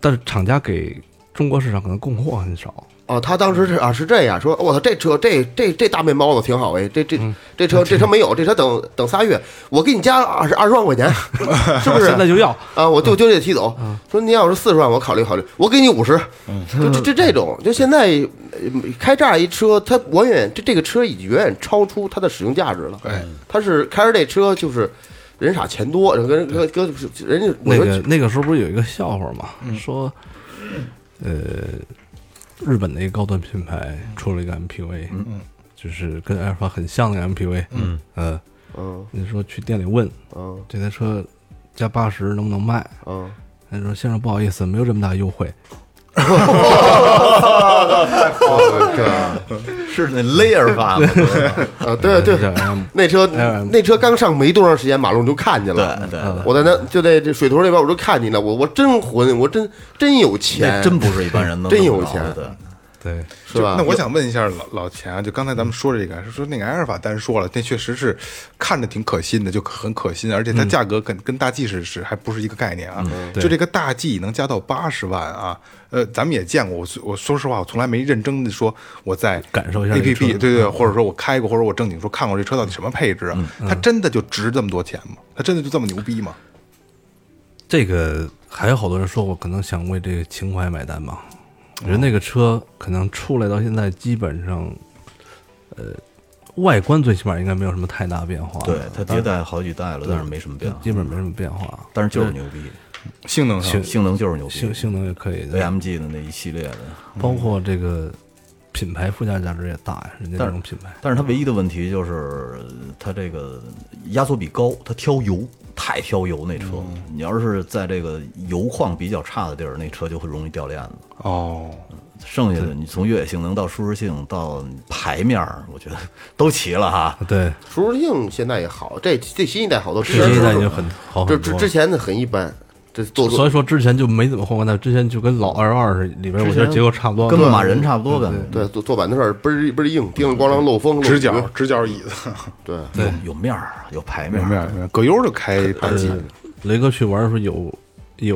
S6: 但是厂家给中国市场可能供货很少。
S2: 哦，他当时是啊，是这样说，我操，这车这这这大面包子挺好哎，这这这车这车没有，这车等等仨月，我给你加二十二十万块钱，是
S6: <laughs>
S2: 不是
S6: 现？在就要，
S2: 啊，我就就得提走。说您要是四十万，我考虑考虑，我给你五十。就这这这种，就现在呃开这样一车，它我远远这这个车已经远远超出它的使用价值了。
S1: 哎，
S2: 它是开着这车就是人傻钱多，跟跟跟跟人家我
S6: 那
S2: 说
S6: 个那个时候不是有一个笑话嘛，说，呃，日本的一个高端品牌出了一个 MPV，嗯，就是跟阿尔法很像的 MPV，嗯，呃，
S2: 嗯
S6: 你说去店里问
S2: 嗯
S6: 这台车加八十能不能卖？
S2: 嗯，
S6: 他说先生不好意思，没有这么大优惠，
S5: <laughs> 是那 layer 法吗？ <laughs>
S2: 啊对对，
S6: 这样
S2: 那车
S6: 嗯
S2: 那车刚上没多长时间，马路就看见
S5: 对
S2: 了。
S5: 对，
S2: 我在那就在这水头那边，我就看见了，我我真混，我真真有
S5: 那
S2: 钱，
S5: 真不是一般人能
S2: 真有
S5: 弄到
S2: 钱
S5: 的对。
S6: 对，
S2: 是吧？
S1: 那我想问一下老老钱啊，就刚才咱们说这个，是说那个阿尔法单说了，那确实是看着挺可信的，就很可信，而且它嗯价格跟、跟大 G 是是还不是一个概念啊。
S6: 对
S1: 就这个大 G 能加到八十万啊，呃，咱们也见过，我我说实话，我从来没认真的说我在
S6: 感受一下这
S1: A
S6: 个
S1: P
S6: 车
S1: P，对对，或者说我开过，或者我正经说看过这车到底什么配置啊？它真的就值这么多钱吗？它真的就这么牛逼吗？
S6: 这个还有好多人说我可能想为这个情怀买单吧。我觉得那个车可能出来到现在，基本上，呃，外观最起码应该没有什么太大变化。
S5: 对，它迭代好几代了，但是没什么变化，
S6: 基本没什么变化。
S5: 但是就是牛逼。啊
S1: 性能上
S6: 行
S5: 性能就是牛
S6: 性
S5: 逼
S6: 性能也可以
S2: 啊
S6: 的，
S5: ，AMG 的那一系列的。
S6: 包括这个品牌附加价值也大呀，人家
S5: 但
S6: 这
S5: 是
S6: 种品牌，
S5: 但是它唯一的问题就是呃它这个压缩比高，它挑油，太挑油那车。你要是在这个油况比较差的地儿，那车就会容易掉链子。
S1: 哦，
S5: 剩下的你从越野性能到舒适性到排面儿，我觉得都齐了哈。
S6: 对，
S2: 舒适性现在也好，这这新一代好多，之
S6: 这
S2: 前
S6: 一代
S2: 说
S6: 已经
S2: 说
S6: 很好
S2: 这
S6: 哦很
S2: 之
S6: 多
S2: 之
S6: 了。
S2: 前的很一般，这做
S6: 所
S2: 做
S6: 以说之前就没怎么换过代，之前就跟老 L 二里边，我觉得结构差不多，
S5: 跟马人差不多呗，
S2: 对做做板凳儿倍儿倍儿硬，叮了咣啷漏风，漏
S1: 直
S2: 雨
S1: 角直角椅子，
S2: 对，
S5: 有有面儿，有排面
S1: 明
S5: 儿，
S1: 白明白，葛优就开大 G，
S6: 呃，雷哥去玩的时候有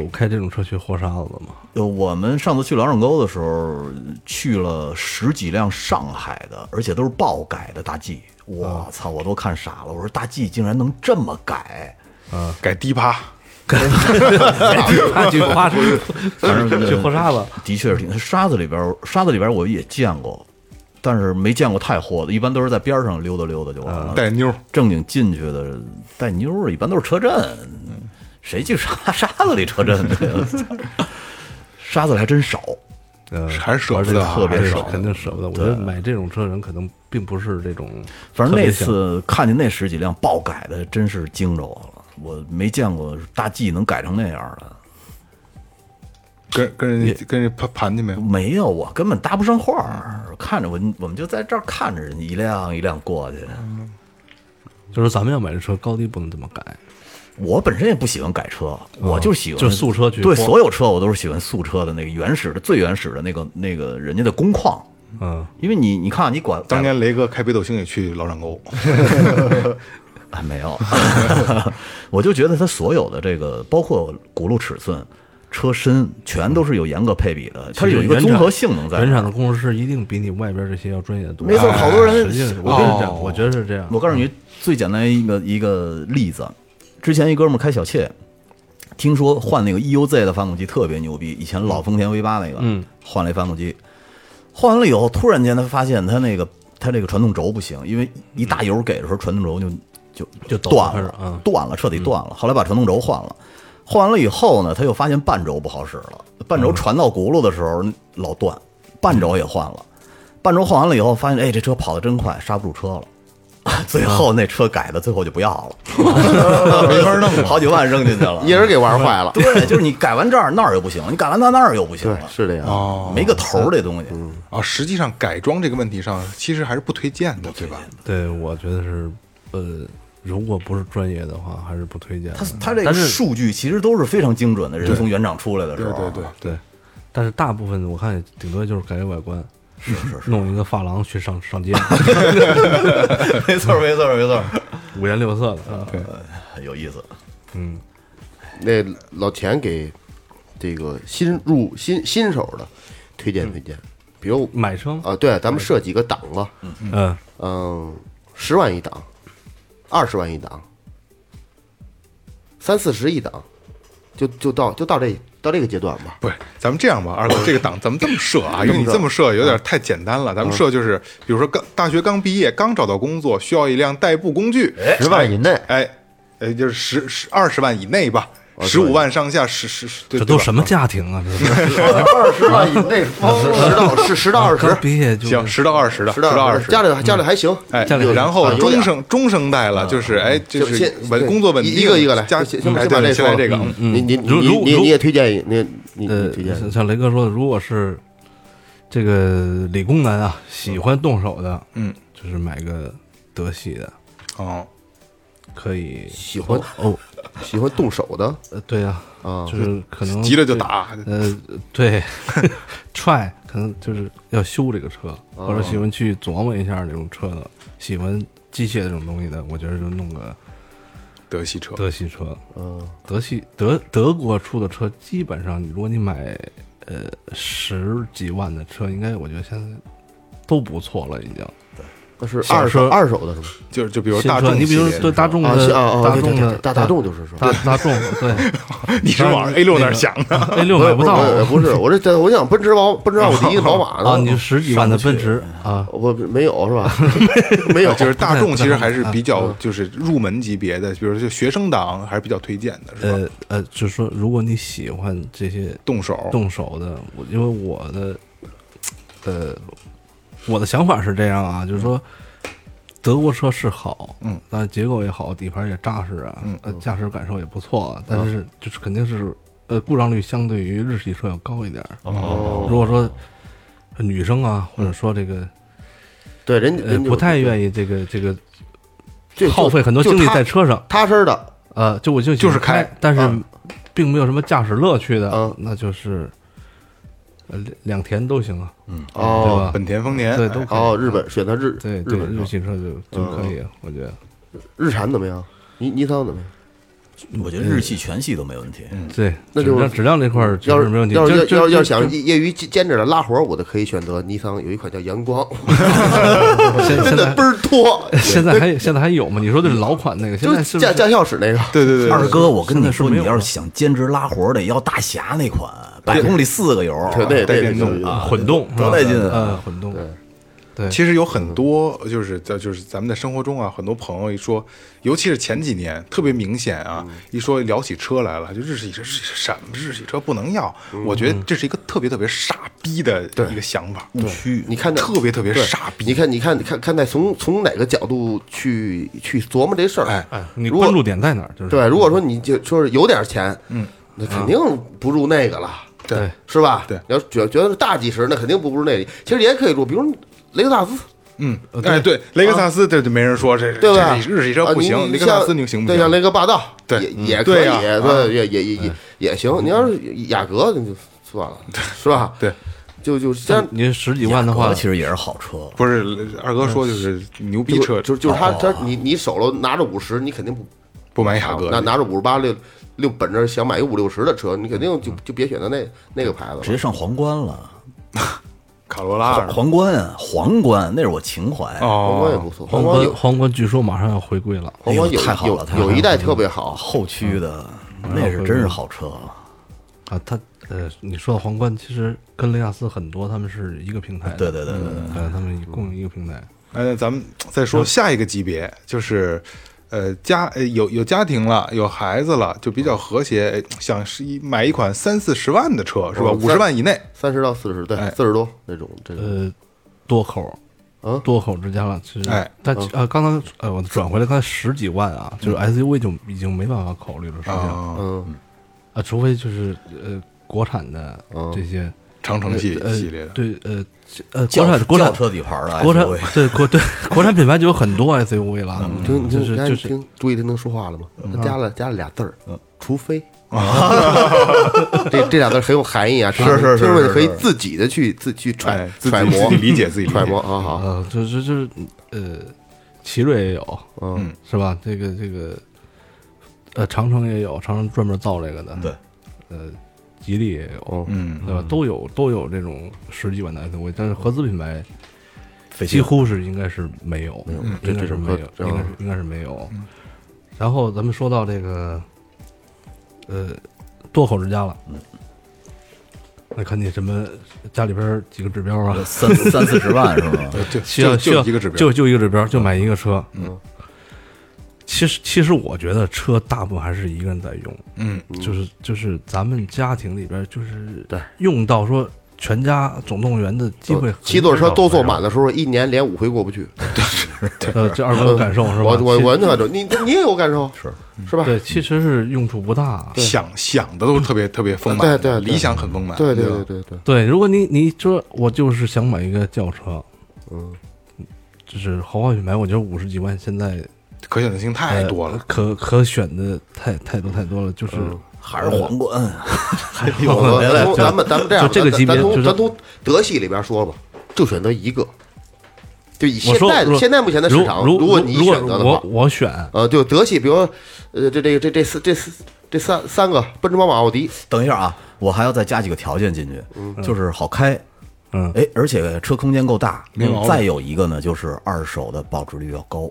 S6: 有开这种车去豁沙子的吗？
S5: 呃，我们上次去老掌沟的时候，去了十几辆上海的，而且都是爆改的大 G。我操，我都看傻了！我说大 G 竟然能这么改，
S1: 改低趴，
S5: <laughs>
S6: 他去花
S5: 反正
S6: 去豁沙子，
S5: 的确是挺沙子里边儿，沙子里边儿我也见过，但是没见过太豁的，一般都是在边儿上溜达溜达就完了。
S1: 啊带妞，
S5: 正经进去的带妞儿，一般都是车震，谁去沙沙子里车震的？ <laughs> 沙子里还真少，
S6: 呃
S1: 还是舍不得啊，
S5: 特别
S1: 还是
S5: 少
S6: 这肯定舍不得。我觉得买这种车的人可能并不是这种，
S5: 反正那次看见那十几辆爆改的，真是惊着我了，我没见过大 G 能改成那样的。
S1: 跟跟人家跟人盘盘去没有？
S5: 没有，我根本搭不上话儿。看着我，我们就在这儿看着人一辆一辆过去。
S6: 就是咱们要买这车，高低不能这么改。
S5: 我本身也不喜欢改车，我就喜欢
S6: 啊就素车去
S5: 对，
S6: 逛
S5: 所有车我都是喜欢素车的那个原始的最原始的那个那个人家的工况，
S6: 嗯，
S5: 因为你你看你管
S1: 当年雷哥开北斗星也去老掌沟，
S5: 啊没有， <laughs> 我就觉得它所有的这个包括轱辘尺寸、车身全都是有严格配比的，它是有一个综合性能在的。
S6: 原厂的工程师一定比你外边这些要专业得多。哎
S5: 没错，好多人
S6: 实际上，
S5: 我
S6: 我
S5: 跟
S6: 跟
S5: 你
S6: 你
S5: 讲，
S6: 讲，我觉得是这样。
S5: 哦我告诉你最简单一个一个例子，啊之前一哥们儿开小妾，听说换那个 EUZ 的发动机特别牛逼，以前老丰田 V 八那个，嗯，换了一发动机，换完了以后，突然间他发现他那个他这个传动轴不行，因为一大油给的时候，传动轴就就
S6: 就抖
S5: 断
S6: 开始
S5: 了，
S6: 嗯
S5: 断了，彻底断了。后来把传动轴换了，换完了以后呢，他又发现半轴不好使了，半
S6: 嗯
S5: 轴传到轱辘的时候老断，半轴也换了，半轴换完了以后，发现哎这车跑得真快，刹不住车了。 <laughs> 最后那车改的，最后就不要了，没法弄， <laughs> 好几万扔进去了。
S2: 一人给玩坏
S6: <laughs>
S2: 了，
S5: 对，就是你改完这儿那儿又不行，你改完那儿那儿又不行
S2: 对
S5: 了，，
S2: 是这样，
S5: 没个头儿这东西。
S1: 啊，实际上改装这个问题上，其实还是不推荐的，对吧？
S6: 对，我觉得是，呃，如果不是专业的话，还是不推荐的
S5: 它。它这个数据其实都是非常精准的，人从原厂出来的哦时
S1: 对对
S5: 候，
S1: 对，
S6: 对，但是大部分我看顶多就是改改外观，是是是，弄一个发廊去上上
S5: <laughs>
S6: 街，
S5: <laughs> 没错儿没错儿没错儿，
S6: 五颜六色的。嗯对，
S5: 很有意思。
S2: 那老钱给这个新入新新手的推荐推荐，比如
S6: 嗯买车吗？
S2: 啊，对，咱们设几个档吧，
S6: 嗯，
S2: 嗯，十万一档，二十万一档，三四十一档，就就到就到这到这个阶段吧。
S1: 不是，咱们这样吧，二哥，这个档咱们这么设啊，因为你这么设有点太简单了。咱们设就是，比如说刚大学刚毕业，刚找到工作，需要一辆代步工具，
S3: 十万以内，
S1: 哎，呃，就是十十二十万以内吧，十五万上下，十十十，
S6: 这
S1: 这
S6: 都什么家庭啊？这是
S2: 二十万以
S6: <laughs>
S2: 内，十到十十到二十
S6: 刚，毕业就
S1: 行，十到二十的，
S2: 十
S1: 到
S2: 到
S1: 二
S2: 二
S1: 十，
S2: 家里家里还行，
S1: 哎，
S2: 有
S1: 然后
S2: 啊有
S1: 中
S2: 点啊
S1: 生中生代了，就是哎，就
S2: 就是先
S1: 稳
S2: 对
S1: 工作稳定，
S2: 一一个一个来，
S1: 加
S2: 先先
S1: 哎对
S2: 把把
S1: 对
S2: 这
S1: 先
S2: 说
S1: 来
S2: 了
S1: 这个，
S2: 嗯你你
S6: 如
S2: 你
S6: 如
S2: 你
S6: 如
S2: 你也推荐一，你你你
S6: 呃
S2: 推荐，
S6: 像雷哥说的，如果是这个理工男啊，喜欢动手的，
S1: 嗯，
S6: 就是买个德系的，
S1: 哦，
S6: 可以
S2: 喜欢
S6: 哦，
S2: 喜欢动手的
S6: 呃，对呀，
S2: 啊，
S6: 就是可能
S1: 嗯急了就打，
S6: 呃，对 <laughs> ，try 可能就是要修这个车，或者喜欢去琢磨一下这种车的，喜欢机械这种东西的，我觉得就弄个
S1: 德系车，
S6: 德系车。嗯，德系德德国出的车，基本上如果你买呃十几万的车，应该我觉得现在都不错了，已经。
S2: 那是
S1: 小
S2: 二手
S1: 车
S2: 二手的是吗？
S1: 就就比如
S6: 新
S1: 大
S6: 车，
S1: 众
S6: 你
S1: 系列，
S6: 比如对大众
S2: 啊
S6: 的
S2: 是啊啊，
S6: 大
S2: 对对
S6: 众
S2: 对
S6: 的
S2: 大大众就是说，
S6: 大大众对
S1: 你是往 A 六那儿想的，
S6: A 六买不到
S2: 我不是，我这我想奔驰宝奔驰奥迪宝马
S6: <laughs> 啊，你
S2: 呢，
S6: 十几万的奔驰啊，
S2: 我没有是吧？ <laughs>
S6: 哎
S2: 没有，
S1: 就是大众其实还是比
S6: 嗯
S1: 较就是入门级别的，比如说学生党还是比较推荐的，是吧？
S6: 呃呃，就是说如果你喜欢这些
S1: 动手，
S6: 动手的，我因为我的呃我的想法是这样啊，就是说德国车是好，
S1: 嗯，
S6: 但结构也好，底盘也扎实啊，
S1: 嗯
S6: 呃，驾驶感受也不错啊，但是就是肯定是呃故障率相对于日系车要高一点儿。
S2: 哦，
S6: 如果说女生啊，或者说这个
S2: 对，人
S1: 嗯
S6: 呃
S2: 人
S6: 不太
S2: 意
S6: 愿意这个这个耗费很多精力在车上，
S2: 踏实的，
S6: 呃，就我就喜
S1: 就是
S6: 欢
S1: 开啊
S6: 开，
S2: 嗯
S6: 但是并没有什么驾驶乐趣的
S2: 嗯，
S6: 那就是呃两两田都行啊，对
S2: 哦
S6: 吧？
S1: 本田丰田，
S6: 对
S1: 哎
S6: 都可以
S2: 哦，日本选择日
S6: 对
S2: 日
S6: 对，
S2: 本
S6: 日
S2: 车
S6: 系车就就可以，我觉得
S2: 日产怎么样？尼尼桑怎么样？
S5: 我觉得日系全系都没问题。
S6: 对，
S2: 那
S6: 质
S2: 就
S6: 量质量这块儿
S2: 要
S6: 确
S2: 是
S6: 实没问题。
S2: 要是
S6: 就
S2: 要
S6: 就
S2: 要要
S6: 就
S2: 想业余兼职的拉活儿，我的可以选择尼桑有一款叫阳光，
S6: 现
S2: 真
S6: 现
S2: 的
S6: <laughs> 在
S2: 倍儿多，
S6: 现在还现在还有吗？你说的是老款那个，现
S2: 就
S6: 在是
S2: 是
S6: 不
S2: 驾
S6: 是
S2: 驾校室那个，
S1: 对对对，
S5: 二哥，我跟你
S6: 是
S5: 说，
S6: 不是没
S5: 你
S6: 有
S5: 要是想兼职拉活的，要大侠那款，百公里四个油，
S2: 对，那
S1: 带
S2: 那
S1: 电动
S2: 啊，
S6: 混动是吧
S5: 多带劲啊
S6: 嗯，混动，对，
S1: 其实有很多，就是在就是咱们在生活中啊，很多朋友一说，尤其是前几年特别明显啊，
S2: 嗯
S1: 一说聊起车来了，就日系车是什么日系车不能要，啊
S2: 嗯
S1: 我觉得这是一个特别特别傻逼的一个想法，误区
S2: 你看着
S1: 特别特别
S2: 对
S1: 傻逼，
S2: 你看，你看，你看，看待从从哪个角度去去琢磨这事儿？
S1: 哎
S6: 哎，嗯你
S2: 如果
S6: 关注点在哪儿？就是
S2: 对，如果说你就说是有点钱，嗯，那肯定不入那个了，
S6: 对，
S2: 是吧？
S1: 对
S2: 你要觉觉得是大几十，那肯定不入那里。其实也可以入，比如雷克萨斯，
S1: 嗯，哎对，雷克萨斯这就没人说这
S2: 呃对吧？
S1: 这日系车
S2: 啊
S1: 不
S2: 你
S1: 行，
S2: 你
S1: 雷克萨斯
S2: 像
S1: 你行不
S2: 对，像
S1: 行？
S2: 雷克霸道，
S1: 对
S2: 也
S1: 嗯
S2: 也可
S1: 对
S2: 以，
S1: 呀啊
S2: 对，也也也也也行。你要是雅阁，那就算了，是
S1: <laughs>
S2: 吧？
S1: 对，
S2: 就就像
S6: 您十几万的
S5: 雅
S6: 话
S5: 阁，其实也是好车，
S1: 不是二哥说就是牛逼车
S2: 嗯
S1: 哦
S2: 就就是他他你你手头拿着五十，你肯定不
S1: 不买雅
S2: 拿
S1: 阁，
S2: 拿着五十八六六本着想买一五六十的车，你肯定
S1: 嗯
S2: 就就别选择那那个牌
S5: 直
S2: 子
S5: 接
S2: 了。
S5: 上皇冠了，
S1: 卡罗拉
S5: 皇冠啊，皇冠，那是我情怀。
S2: 皇冠也
S1: 哦，
S2: 不错，皇
S6: 皇
S2: 冠
S6: 冠
S2: 有
S6: 皇冠据说马上要回归了，
S2: 皇冠
S5: 哎呦
S2: 有
S5: 太好了太好
S2: 有
S5: 了
S2: 有一代
S1: 嗯
S2: 特别好，
S5: 啊后驱的，
S6: 嗯
S5: 那是真是好车。
S6: 啊，它呃，你说的皇冠其实跟雷亚斯很多，他们是一个平台的，
S5: 对对
S2: 嗯
S5: 对对对
S6: 对，他们共一个平台。
S1: 哎，那咱们再说下一个级别，就是，呃，家呃有有家庭了，有孩子了，就比较和谐，哎想是一买一款三四十万的车是吧？
S2: 嗯
S1: 五十万以内，
S2: 三十到四十，对
S1: 哎，
S2: 四十多那种这种。
S6: 呃，多口，
S2: 啊
S6: 多口之家了，其实，
S1: 哎
S6: 但呃，刚才呃，我转回来，刚才十几万啊，就是 SUV 就已经没办法考虑了，实际上
S1: 啊，
S2: 嗯，
S6: 啊，除非就是呃，国产的这些
S1: 长城系
S6: 呃
S1: 系列的，
S6: 对呃这呃，国
S5: 轿
S6: 产国
S5: 轿
S6: 产
S5: 车底盘的哎
S6: 国产
S5: SUV
S6: 对国对 <laughs> 国产品牌就有很多 SUV 了，
S2: 嗯听你
S6: 嗯就是
S2: 听，
S6: 就
S2: 你
S6: 是
S2: 听，注意听能说话了吗？他加了加了俩字儿，除非。 <laughs> 这这俩字儿很有含义啊，是
S1: 是是
S2: 听众
S1: 是
S2: 们可以
S1: 是
S2: 自己的去自去揣
S1: 哎，自己
S2: 揣摩
S1: 自己理解自己理解
S2: 揣摩啊，好，
S6: 啊，就是就是呃，奇瑞也有，
S2: 嗯，
S6: 是吧？这个这个，呃，长城也有，长城专门造这个的，
S5: 对，
S6: 呃，吉利也
S2: 哦
S6: 有，
S1: 嗯，
S6: 对吧？都有都有这种十几万的 SUV，但是合资品牌
S5: 费劲
S6: 几乎是应该是没有，没有，
S2: 这
S6: 应
S2: 这
S6: 该是
S2: 种
S6: 没
S2: 车
S6: 有，
S2: 这
S6: 应该是应该是没有。然后咱们说到这个，呃，多口之家了，那看你什么家里边儿几个指标啊？
S5: 三三四十万是吗？
S1: 就
S6: 需要
S1: 就
S6: 需
S1: 就
S6: 要
S1: 一个指标，
S6: 就就一个指标，就买一个车。嗯，其实其实我觉得车大部分还是一个人在用，
S1: 嗯，
S6: 就是就是咱们家庭里边就是
S2: 对呃
S6: 用到说全家总动员的机会很少，
S2: 七座车都坐满的时候，一年连五回过不去，
S6: 呃，这二哥有感受是吧？
S2: 我我
S6: 其
S2: 我那感受，你你也有感受，是是吧？
S6: 对，其实是用处不大。啊
S1: 想想的都特别特别丰满，
S2: 对对对
S1: 理想很丰满，
S2: 对对
S1: 吧
S2: 对对对，
S6: 对，如果你你说我就是想买一个轿车，
S2: 嗯，
S6: 就是豪华品牌，我觉得五十几万现在
S1: 可选择性太
S6: 呃
S1: 多了，
S6: 可可选的太太多太多了，就是。
S5: 还是
S6: 嗯
S5: 皇
S6: <laughs>
S5: 冠，哎还是
S2: 我
S5: 回来
S2: 从咱们咱们这样，
S6: 就这个
S2: 咱
S6: 级别
S2: 咱从
S6: 就是
S2: 咱从德系里边说吧，就选择一个，就以现
S6: 我说
S2: 在
S6: 如
S2: 现在目前的市
S6: 如
S2: 场，
S6: 如
S2: 如果你
S6: 如
S2: 选择的
S6: 我
S2: 话，
S6: 我选
S2: 呃，就德系，比如说呃，这这这这四这四这三三个奔驰、宝马、奥迪，
S5: 等一下啊，我还要再加几个条件进去，就是好开，
S6: 嗯
S5: 哎，而且车空间够大
S1: 没毛。病
S5: 再有一个呢，就是二手的保值率要高，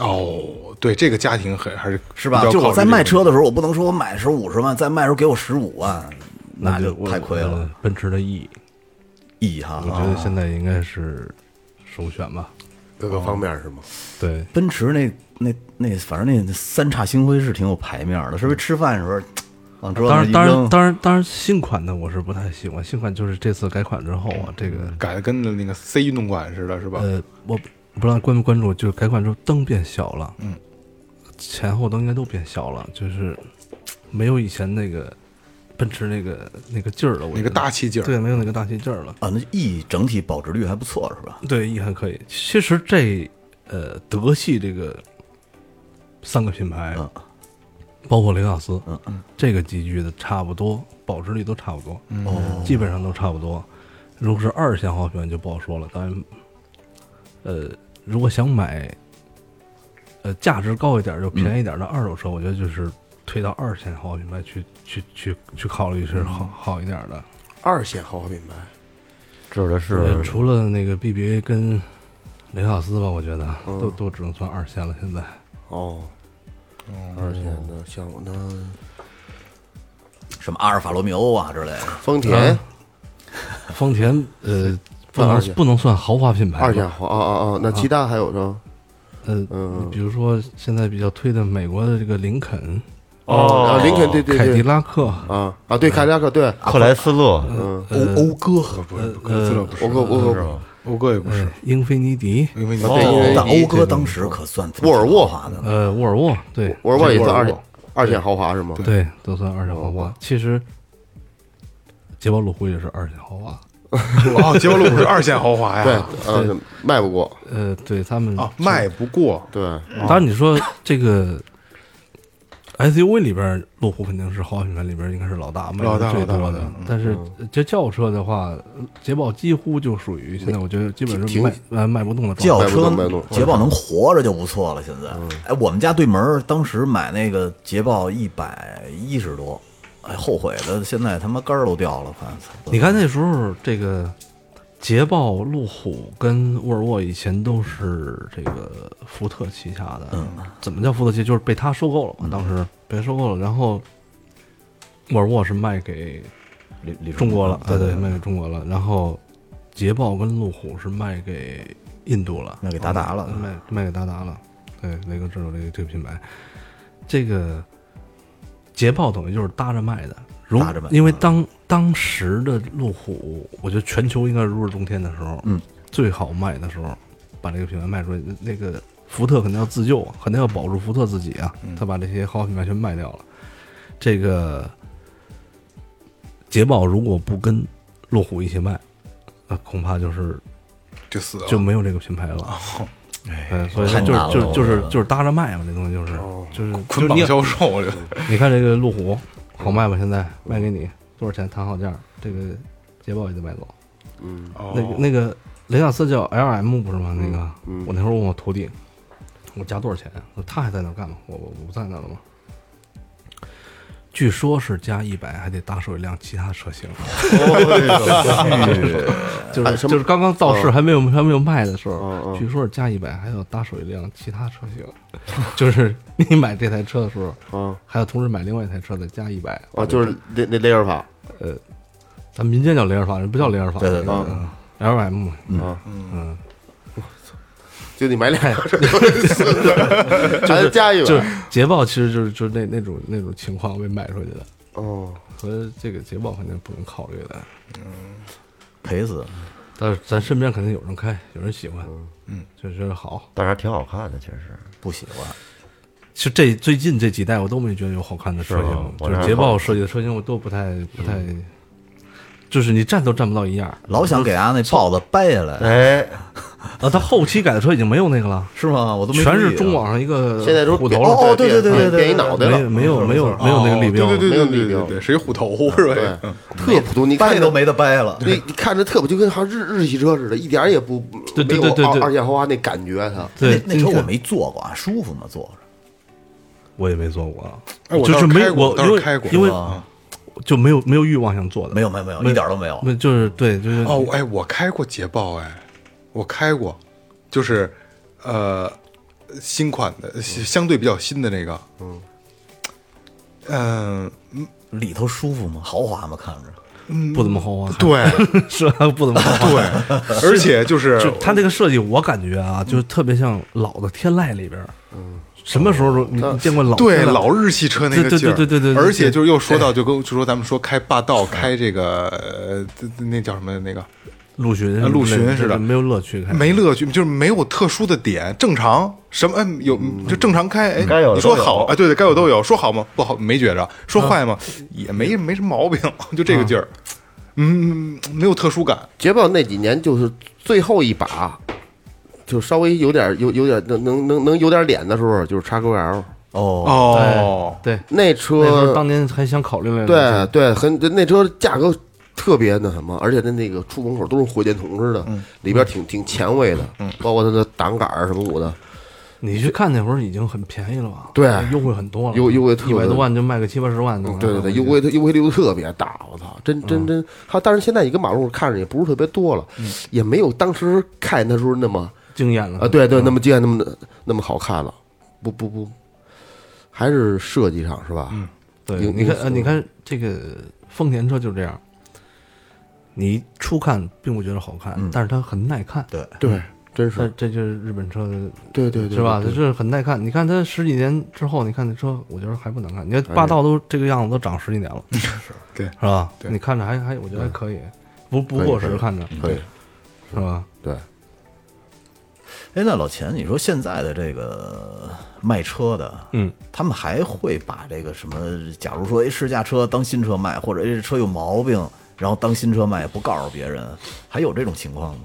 S1: 哦，对，这个家庭很还是
S5: 是吧
S1: 比？较
S5: 就我
S1: 考虑
S5: 在
S1: 这
S5: 卖
S1: 个
S5: 车的时候，我不能说我买的时候五十万，再卖的时候给我十五万，那就
S6: 我
S5: 太亏了
S6: 呃。奔驰的 E，
S5: E 哈
S6: 我，觉得现在应该是首选吧。
S2: 各个方面是吗？
S6: 对，
S5: 奔驰那那那，反正那三叉星辉是挺有排面的，是不是？吃饭的时候往桌子上一
S6: 嗯当然，当然，
S5: 扔，
S6: 当然，当然，新款的我是不太喜欢。新款就是这次改款之后啊，这个
S1: 改的跟那个 C 运动馆似的，是吧？
S6: 呃，我不知道关没关注，就是改款之后灯变小了，嗯，前后灯应该都变小了，就是没有以前那个奔驰那个那个劲儿了，我
S1: 那
S6: 觉
S1: 个
S6: 得
S1: 大气劲儿，
S6: 对，没有那个大气劲儿了。
S5: 啊，那 E 整体保值率还不错，是吧？
S6: 对，也还可以。其实这呃，德系这个三个品牌，
S5: 嗯
S6: 包括雷克萨斯，
S5: 嗯
S6: 嗯，这个级距的差不多，保值率都差不多，
S5: 哦，
S6: 基本上都差不多。如果是二线豪华就不好说了，当然，呃，如果想买呃价值高一点儿就便宜
S5: 嗯
S6: 一点儿的二手车，我觉得就是推到二线豪华品牌去去去去考虑是
S5: 嗯
S6: 好好一点儿的。
S2: 二线豪华品牌，
S3: 指的
S6: 呃
S3: 是
S6: 除了那个 BBA 跟雷克萨斯吧，我觉得啊
S2: 嗯
S6: 都都只能算二线了。现在
S2: 哦，二线的像我那
S5: 什么阿尔法罗密欧啊之类的，
S2: 丰田
S6: 丰田呃不
S2: 二
S6: 能
S2: 线
S6: 不能算豪华品牌吧，
S2: 二线豪，哦哦哦，那其他还有呢？
S6: 呃
S2: 嗯
S6: 比如说现在比较推的美国的这个林肯、
S2: 哦，林肯，对对
S6: 凯迪
S2: 对，
S6: 拉克，
S2: 啊啊，对凯迪拉克，对，
S3: 克莱斯勒，
S6: 呃
S5: 欧欧哥，
S1: 不是，不是斯勒不是，
S2: 我我我
S1: 欧哥也不是，
S6: 英菲尼迪，
S1: 因为你
S5: 哦
S2: 对因为
S5: 但欧哥当时可算
S2: 沃尔沃
S5: 化的了，
S6: 呃，沃尔沃，对
S2: 我我也是
S1: 沃尔
S2: 二
S1: 沃
S2: 线二线豪华是吗？
S6: 对，都算二线豪
S2: 沃尔
S6: 华。其实捷豹路虎也是二线豪华，
S1: 哦，捷豹路虎是二线豪华
S2: 对
S1: 呀，，
S2: 呃，卖不过，
S6: 呃，对他们
S1: 啊，卖不过，
S2: 对，
S1: 啊
S6: 当然，你说
S1: <laughs>
S6: 这个 SUV 里边儿，路虎肯定是豪华品牌里边儿应该是老大，卖
S1: 老大
S6: 的最
S1: 老大
S6: 多
S1: 老大
S6: 的。但是呃这轿车的话，捷豹几乎就属于现在
S1: 嗯
S6: 我觉得基本是
S2: 挺
S6: 卖呃卖不动的状态。
S5: 轿
S2: 卖不
S5: 车
S2: 动卖不动
S5: 捷豹能活着就不错了。现在，哎，我们家对门儿当时买那个捷豹一百一十多，哎，后悔了，现在他妈杆儿都掉了，快！
S6: 你看那时候这个捷豹、路虎跟沃尔沃以前都是这个福特旗下的，
S1: 嗯
S6: 怎么叫福特旗？就是被他收购了嘛，当时被他收购了，然后沃尔沃是卖给
S5: 李李
S6: 中国了，啊嗯对对，卖给中国了。然后捷豹跟路虎是卖给印度了，
S5: 卖给达达了
S6: 卖卖给达达了。对，雷克制造这个这个品牌，这个捷豹等于就是搭着卖的，如
S5: 搭着卖嗯
S6: 因为当当时的路虎，我觉得全球应该是如日中天的时候，
S5: 嗯，
S6: 最好卖的时候，把这个品牌卖出去，那个福特肯定要自救，肯定要保住福特自己啊，
S5: 嗯
S6: 他把这些豪华品牌全卖掉了，这个捷豹如果不跟路虎一起卖，那恐怕就是
S1: 就死了，
S6: 就没有这个品牌了。哎，所以
S5: 哦太
S6: 说
S5: 难了
S6: 就是就是就
S5: 我觉得
S6: 是
S5: 哦
S6: 就是搭着卖嘛，这东西就是就是
S1: 捆
S6: 就
S1: 绑
S6: 是
S1: 销售，我觉得
S6: 你你看这个路虎
S5: 嗯
S6: 好卖吧？现在卖给你多少钱？谈好价，这个捷豹也得买走。
S1: 哦
S5: 哦
S6: 那个那个雷克萨斯叫 LM 不是
S5: 嗯
S6: 吗？那个我那会儿问我徒弟，我加多少钱啊？他还在那儿干吗？我我我不在那儿了吗？据说是加一百，还得搭手一辆其他车型。
S3: 哦
S6: 就
S2: 哎什么
S6: 是嗯就是刚刚造势还没有还没有卖的时候，据说是加一百还要搭手一辆其他车型， <laughs> 就是你买这台车的时候
S2: 嗯，
S6: 还要同时买另外一台车再加一百
S2: 啊，就是那那雷尔法，
S6: 咱民间叫雷尔法，人不叫雷尔法，
S5: 对对对
S6: ，L M
S2: 就你买俩，还加一
S6: 就
S2: 百
S6: 是，捷豹，其实就是就是那那种那种情况被卖出去的，
S2: 哦，
S6: 所以这个捷豹肯定不能考虑的。
S5: 赔死。
S6: 但是咱身边肯定有人开，有人喜欢，嗯，就觉得好。
S3: 但是还挺好看的，其实
S5: 不喜欢，
S6: 其实这最近这几代我都没觉得有好看的车
S3: 是吗
S6: 型，
S3: 我这
S6: 就是
S3: 还
S6: 捷豹设计的车型我都不太不太，就是你站都站不到一样儿。
S5: 老想给俺那豹子掰下来，
S3: 哎，
S6: 啊，它后期改的车已经没有那个了，
S5: 是吗？我都没
S6: 全是
S5: 注意啊
S6: 中网上一个
S2: 现在都
S6: 虎
S2: 点
S6: 头了，
S2: 哦，对对对对对，
S5: 对
S2: 变一脑袋了，
S6: 没有没有没有没有那个立标
S1: 哦
S6: 啊
S1: 对对
S6: 了。
S2: 没有
S1: 对
S2: 立
S1: 对
S2: 标
S1: 对对，谁虎头是吧？
S2: 对，特普通，你看
S5: 掰
S2: 着
S5: 都没得掰了。
S2: 对，你看着特不就跟好像日日系车似的，一点儿也不
S6: 对对
S2: 没有
S6: 对对对
S2: 二二线豪华那感觉，啊它
S6: 对，
S5: 那那车
S6: 今
S5: 我
S6: 天
S5: 没坐过啊，舒服吗？坐着
S6: 我也没坐过啊，
S1: 哎我
S6: 就
S1: 倒
S6: 是
S1: 是
S6: 没
S1: 开
S6: 有
S1: 过
S6: 我
S1: 倒是
S6: 因为
S1: 开过
S6: 因为就没有没有欲望想做的，
S5: 没有没有没有，一点都没有。
S6: 那就是对，就是
S1: 哦，哎，我开过捷豹，哎，我开过，就是呃，新款的，相对比较新的那个，嗯，嗯、
S5: 里头舒服吗？豪华吗？看着
S6: 不怎么豪华，
S1: 对
S6: <laughs> 是吧不怎么豪华。
S1: 对，而且就是
S6: 就它这个设计，我感觉啊，就特别像老的天籁里边儿，
S2: 嗯
S6: 什么时候
S2: 哦
S6: 都你你见过老
S1: 对
S6: 天籁
S1: 老日系车那个
S6: 对对
S1: 劲儿，
S6: 对对对对对
S1: 而且就是又说到，就跟就说咱们说开霸道，开这个呃，这这那叫什么那个
S6: 陆巡
S1: 啊陆巡
S6: 对对
S1: 是的
S6: 没有乐趣，看
S1: 没乐趣，就是没有特殊的点，正常什么哎有就正常开哎，
S3: 该有的
S1: 你说
S3: 都有
S1: 好哎，对对，该有都有，说好吗？不好没觉着，说坏吗？也没没什么毛病，就这个劲儿，嗯，没有特殊感，
S2: 捷豹那几年就是最后一把，就稍微有点有有点能能能能有点脸的时候，就是 XQL
S5: 哦，
S1: 哦，
S6: 哎对，
S2: 那
S6: 那时候
S2: 车，
S6: 当年还想考虑来着
S2: 对对，很那车价格特别那什么，而且它那个出风口都是火箭筒似的，里边挺挺前卫的，包括它的挡杆儿什么捂的，
S6: 你去看那会儿已经很便宜了吧？
S2: 对
S6: 优惠很多了，
S2: 优优惠特
S6: 一
S2: 别嗯
S6: 百多万就卖个七八十万的了，
S2: 对对对，优惠优惠力度特别大，我操，真
S6: 嗯
S2: 真真。它但是现在你跟马路看着也不是特别多了，也没有当时看那时候那么
S6: 惊艳了
S2: 啊，对对，那么惊艳，那么那么好看了，不不不，还是设计上是吧？
S6: 嗯对，
S2: 有
S6: 你看
S2: 有
S6: 呃，你看这个丰田车就是这样，你初看并不觉得好看，但是它很耐看，
S5: 对，
S2: 嗯对，真
S6: 嗯那
S2: 是，
S6: 这就是日本车的
S2: 对对对，
S6: 是吧？它
S2: 对
S6: 就是很耐看。你看它十几年之后，你看那车，我觉得还不难看。你看霸道都这个样子，都长十几
S2: <laughs>
S6: 年了，是，
S1: 对
S6: 是吧？
S1: 对
S6: 你看着还还，我觉得还可以，不不
S2: 可以
S6: 过
S2: 可
S6: 时
S2: 以
S6: 看着，
S2: 可以，
S6: 是吧？
S2: 对，
S5: 哎，那老钱，你说现在的这个卖车的，
S6: 嗯，
S5: 他们还会把这个什么，假如说哎试驾车当新车卖，或者哎这车有毛病，然后当新车卖，也不告诉别人，还有这种情况吗？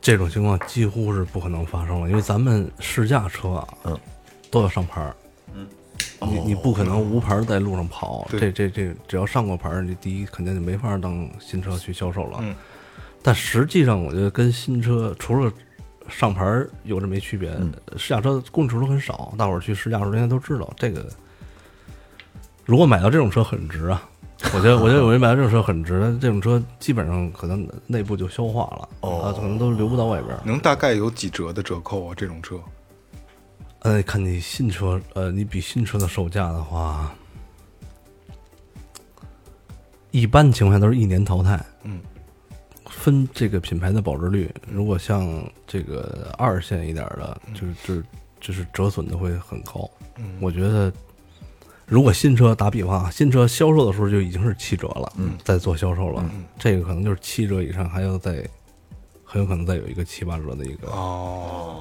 S6: 这种情况几乎是不可能发生了，因为咱们试驾车啊，
S5: 嗯，
S6: 都要上牌儿。你你不可能无牌儿在路上跑，这这这，只要上过牌儿，你第一肯定就没法当新车去销售了。嗯，但实际上，我觉得跟新车除了上牌儿有这没区别，试驾车供求都很少，大伙儿去试驾的时候应该都知道这个。如果买到这种车很值啊，我觉得我觉得我觉得买到这种车很值，这种车基本上可能内部就消化了，啊，可能都流不到外边儿。
S1: 哎能大概有几折的折扣啊？这种车
S6: 呃，看你新车，呃，你比新车的售价的话，一般情况下都是一年淘汰。嗯，分这个品牌的保值率，如果像这个二线一点儿的，就是就是就是折损的会很高。嗯，我觉得如果新车打比方啊，新车销售的时候就已经是七折了，嗯，在做销售了，这个可能就是七折以上，还要再很有可能再有一个七八折的一个。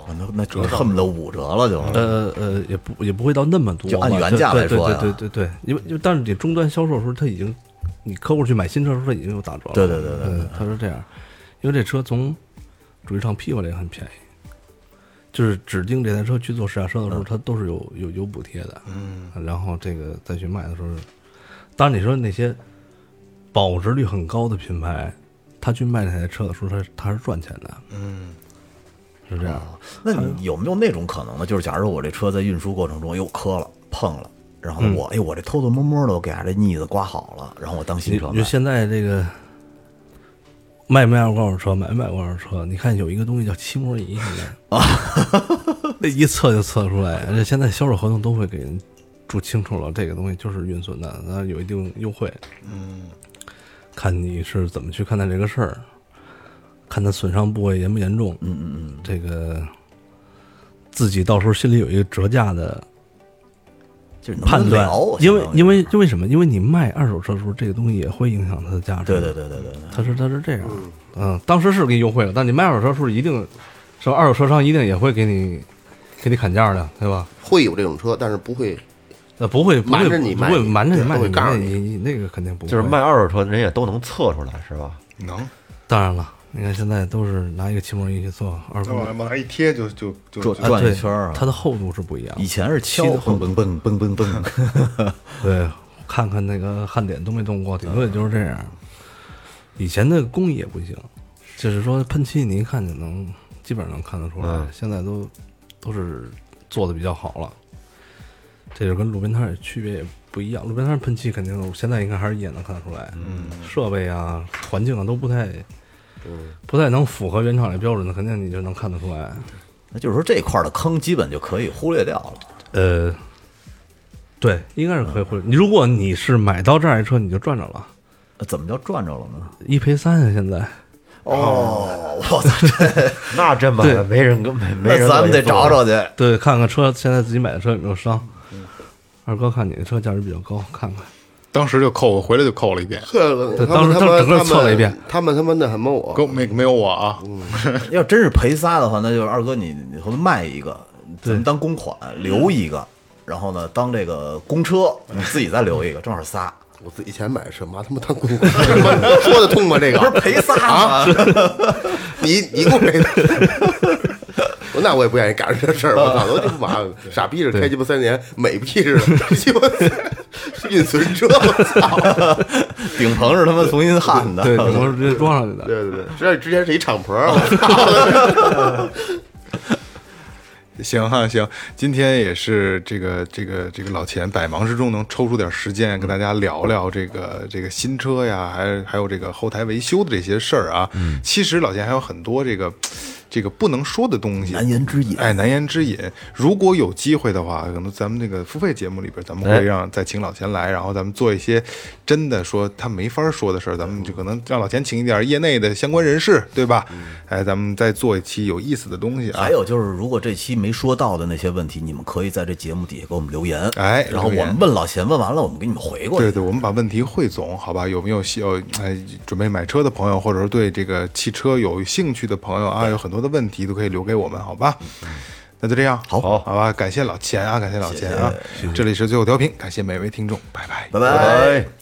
S5: 可能啊那折恨不得五折了就。
S6: 呃呃，也不也不会到那么多吧，
S5: 就按原价
S6: 对
S5: 来说呀
S6: 对对对对对，因为因为但是你终端销售的时候，他已经，你客户去买新车的时候，他已经有打折了。
S5: 对对对对
S6: 对，他是这样，因为这车从主机厂批过来也很便宜，就是指定这台车去做试驾车的
S5: 嗯
S6: 时候，它都是有有有补贴的。嗯，然后这个再去卖的时候，当然你说那些保值率很高的品牌，他去卖这台车的时候，他他是赚钱的。嗯，是这样。
S5: 那你有没有那种可能呢？就是假如我这车在运输过程中又磕了、碰了，然
S6: 嗯
S5: 后我、哎我这偷偷摸摸的，我给它这腻子刮好了，然后我当新车卖
S6: 你就。现在这个卖不卖二手车，买不买二手车？你看有一个东西叫漆膜仪，现在啊， <laughs> 那一测就测出来。而且现在销售合同都会给人注清楚了，这个东西就是运损的，那有一定优惠。嗯，看你是怎么去看待这个事儿，看它损伤部位严不严重。嗯嗯嗯，这个自己到时候心里有一个折价的
S5: 就是能不能
S6: 判断
S5: 聊我，
S6: 因为
S5: 相当于
S6: 因为因为什么？因为你卖二手车的时候，这个东西也会影响它的价值。
S5: 对对对对对对，
S6: 他是他是这样，嗯，当时是给你优惠了，但你卖二手车的时候一定，是吧二手车商一定也会给你给你砍价的，对吧？
S2: 会有这种车，但是不会，
S6: 呃，不会不
S2: 瞒着
S6: 会
S2: 你
S6: 不
S2: 卖
S6: 会瞒着你
S2: 对
S6: 卖，
S2: 不会告诉
S6: 你
S2: 你
S6: 那你那个肯定不会。
S3: 就是卖，二手车的人也都能测出来，是吧？
S1: 能，
S6: 当然了，你看现在都是拿一个漆膜仪去做二
S1: 再
S6: 手
S1: 往往那一贴就就就
S5: 转转一圈儿啊。
S6: 它的厚度是不一样的
S5: 以。前是敲蹦蹦蹦蹦蹦蹦，
S6: 对，看看那个汉典动没动过，顶多也就是这样。以前的工艺也不行，就是说喷漆你一看就能基本上能看得出来，现在都都是做的比较好了。这就跟路边摊儿也区别也不一样，路边摊喷漆肯定我现在应该还是一眼能看得出来，嗯，设备啊、环境啊都不太，不太能符合原厂的标准的，肯定你就能看得出来。
S5: 那就是说这块儿的坑基本就可以忽略掉了。
S6: 呃，对，应该是可以忽略。你如果你是买到这样一车，你就赚着了，
S5: 呃怎么叫赚着了呢？
S6: 一赔三啊！现在
S5: 哦，我操，这
S3: 那真完了，没人跟没没
S5: 那
S3: 人乐意做了。
S5: 咱们得找找去。
S6: 对，看看车现在自己买的车有没有伤。嗯二哥，看你的车价值比较高，看看。
S1: 当时就扣我，回来就扣了一遍，
S2: 对
S6: 对当时
S2: 他们
S6: 当时整个测了一遍，
S2: 他们他妈那什么我
S1: 跟没没有我啊，
S5: 要真是赔仨的话，那就是二哥你你回头卖一个，咱们当公款留一个，然后呢当这个公车你自己再留一个，正好仨。
S2: 我自己以前买的车，妈他妈当公
S6: <laughs>
S2: 款，说得通吗？这
S5: 不是
S2: 个
S5: 赔仨吗？
S2: 你你给我赔的， <laughs> 那我也不愿意赶上这事儿，我操，我他妈傻逼似的，开鸡巴三年，美逼似的， <laughs> 鸡巴运存车，我操！
S5: 顶棚是他妈重新焊的，
S6: <laughs> 对，顶多是直接装上去的。
S2: 对对对，知道之前是一敞篷，我操！
S1: <laughs> 行哈、行，今天也是这个这个这个老钱百忙之中能抽出点时间跟大家聊聊这个这个新车呀，还还有这个后台维修的这些事儿啊。嗯，其实老钱还有很多这个这个不能说的东西，
S5: 难言之隐
S1: 哎，难言之隐。如果有机会的话，可能咱们这个付费节目里边，咱们
S5: 哎
S1: 会让再请老钱来，然后咱们做一些真的说他没法说的事儿，咱们就可能让老钱请一点业内的相关人士，对吧？哎，咱们再做一期有意思的东西啊。
S5: 嗯还有就是，如果这期没说到的那些问题，你们可以在这节目底下给我们留言，
S1: 哎
S5: 然后我
S1: 留言
S5: 们问老钱，问完了我们给你们回过去。
S1: 对对，我们把问题汇总，好吧？有没有需要哎准备买车的朋友，或者说对这个汽车有兴趣的朋友啊，有很多的问题都可以留给我们，好吧？那就这样，好，好吧，感谢老钱啊，感谢老钱啊，这里是最后调频，感谢每位听众，拜拜。
S3: 아, 예.
S5: 拜拜。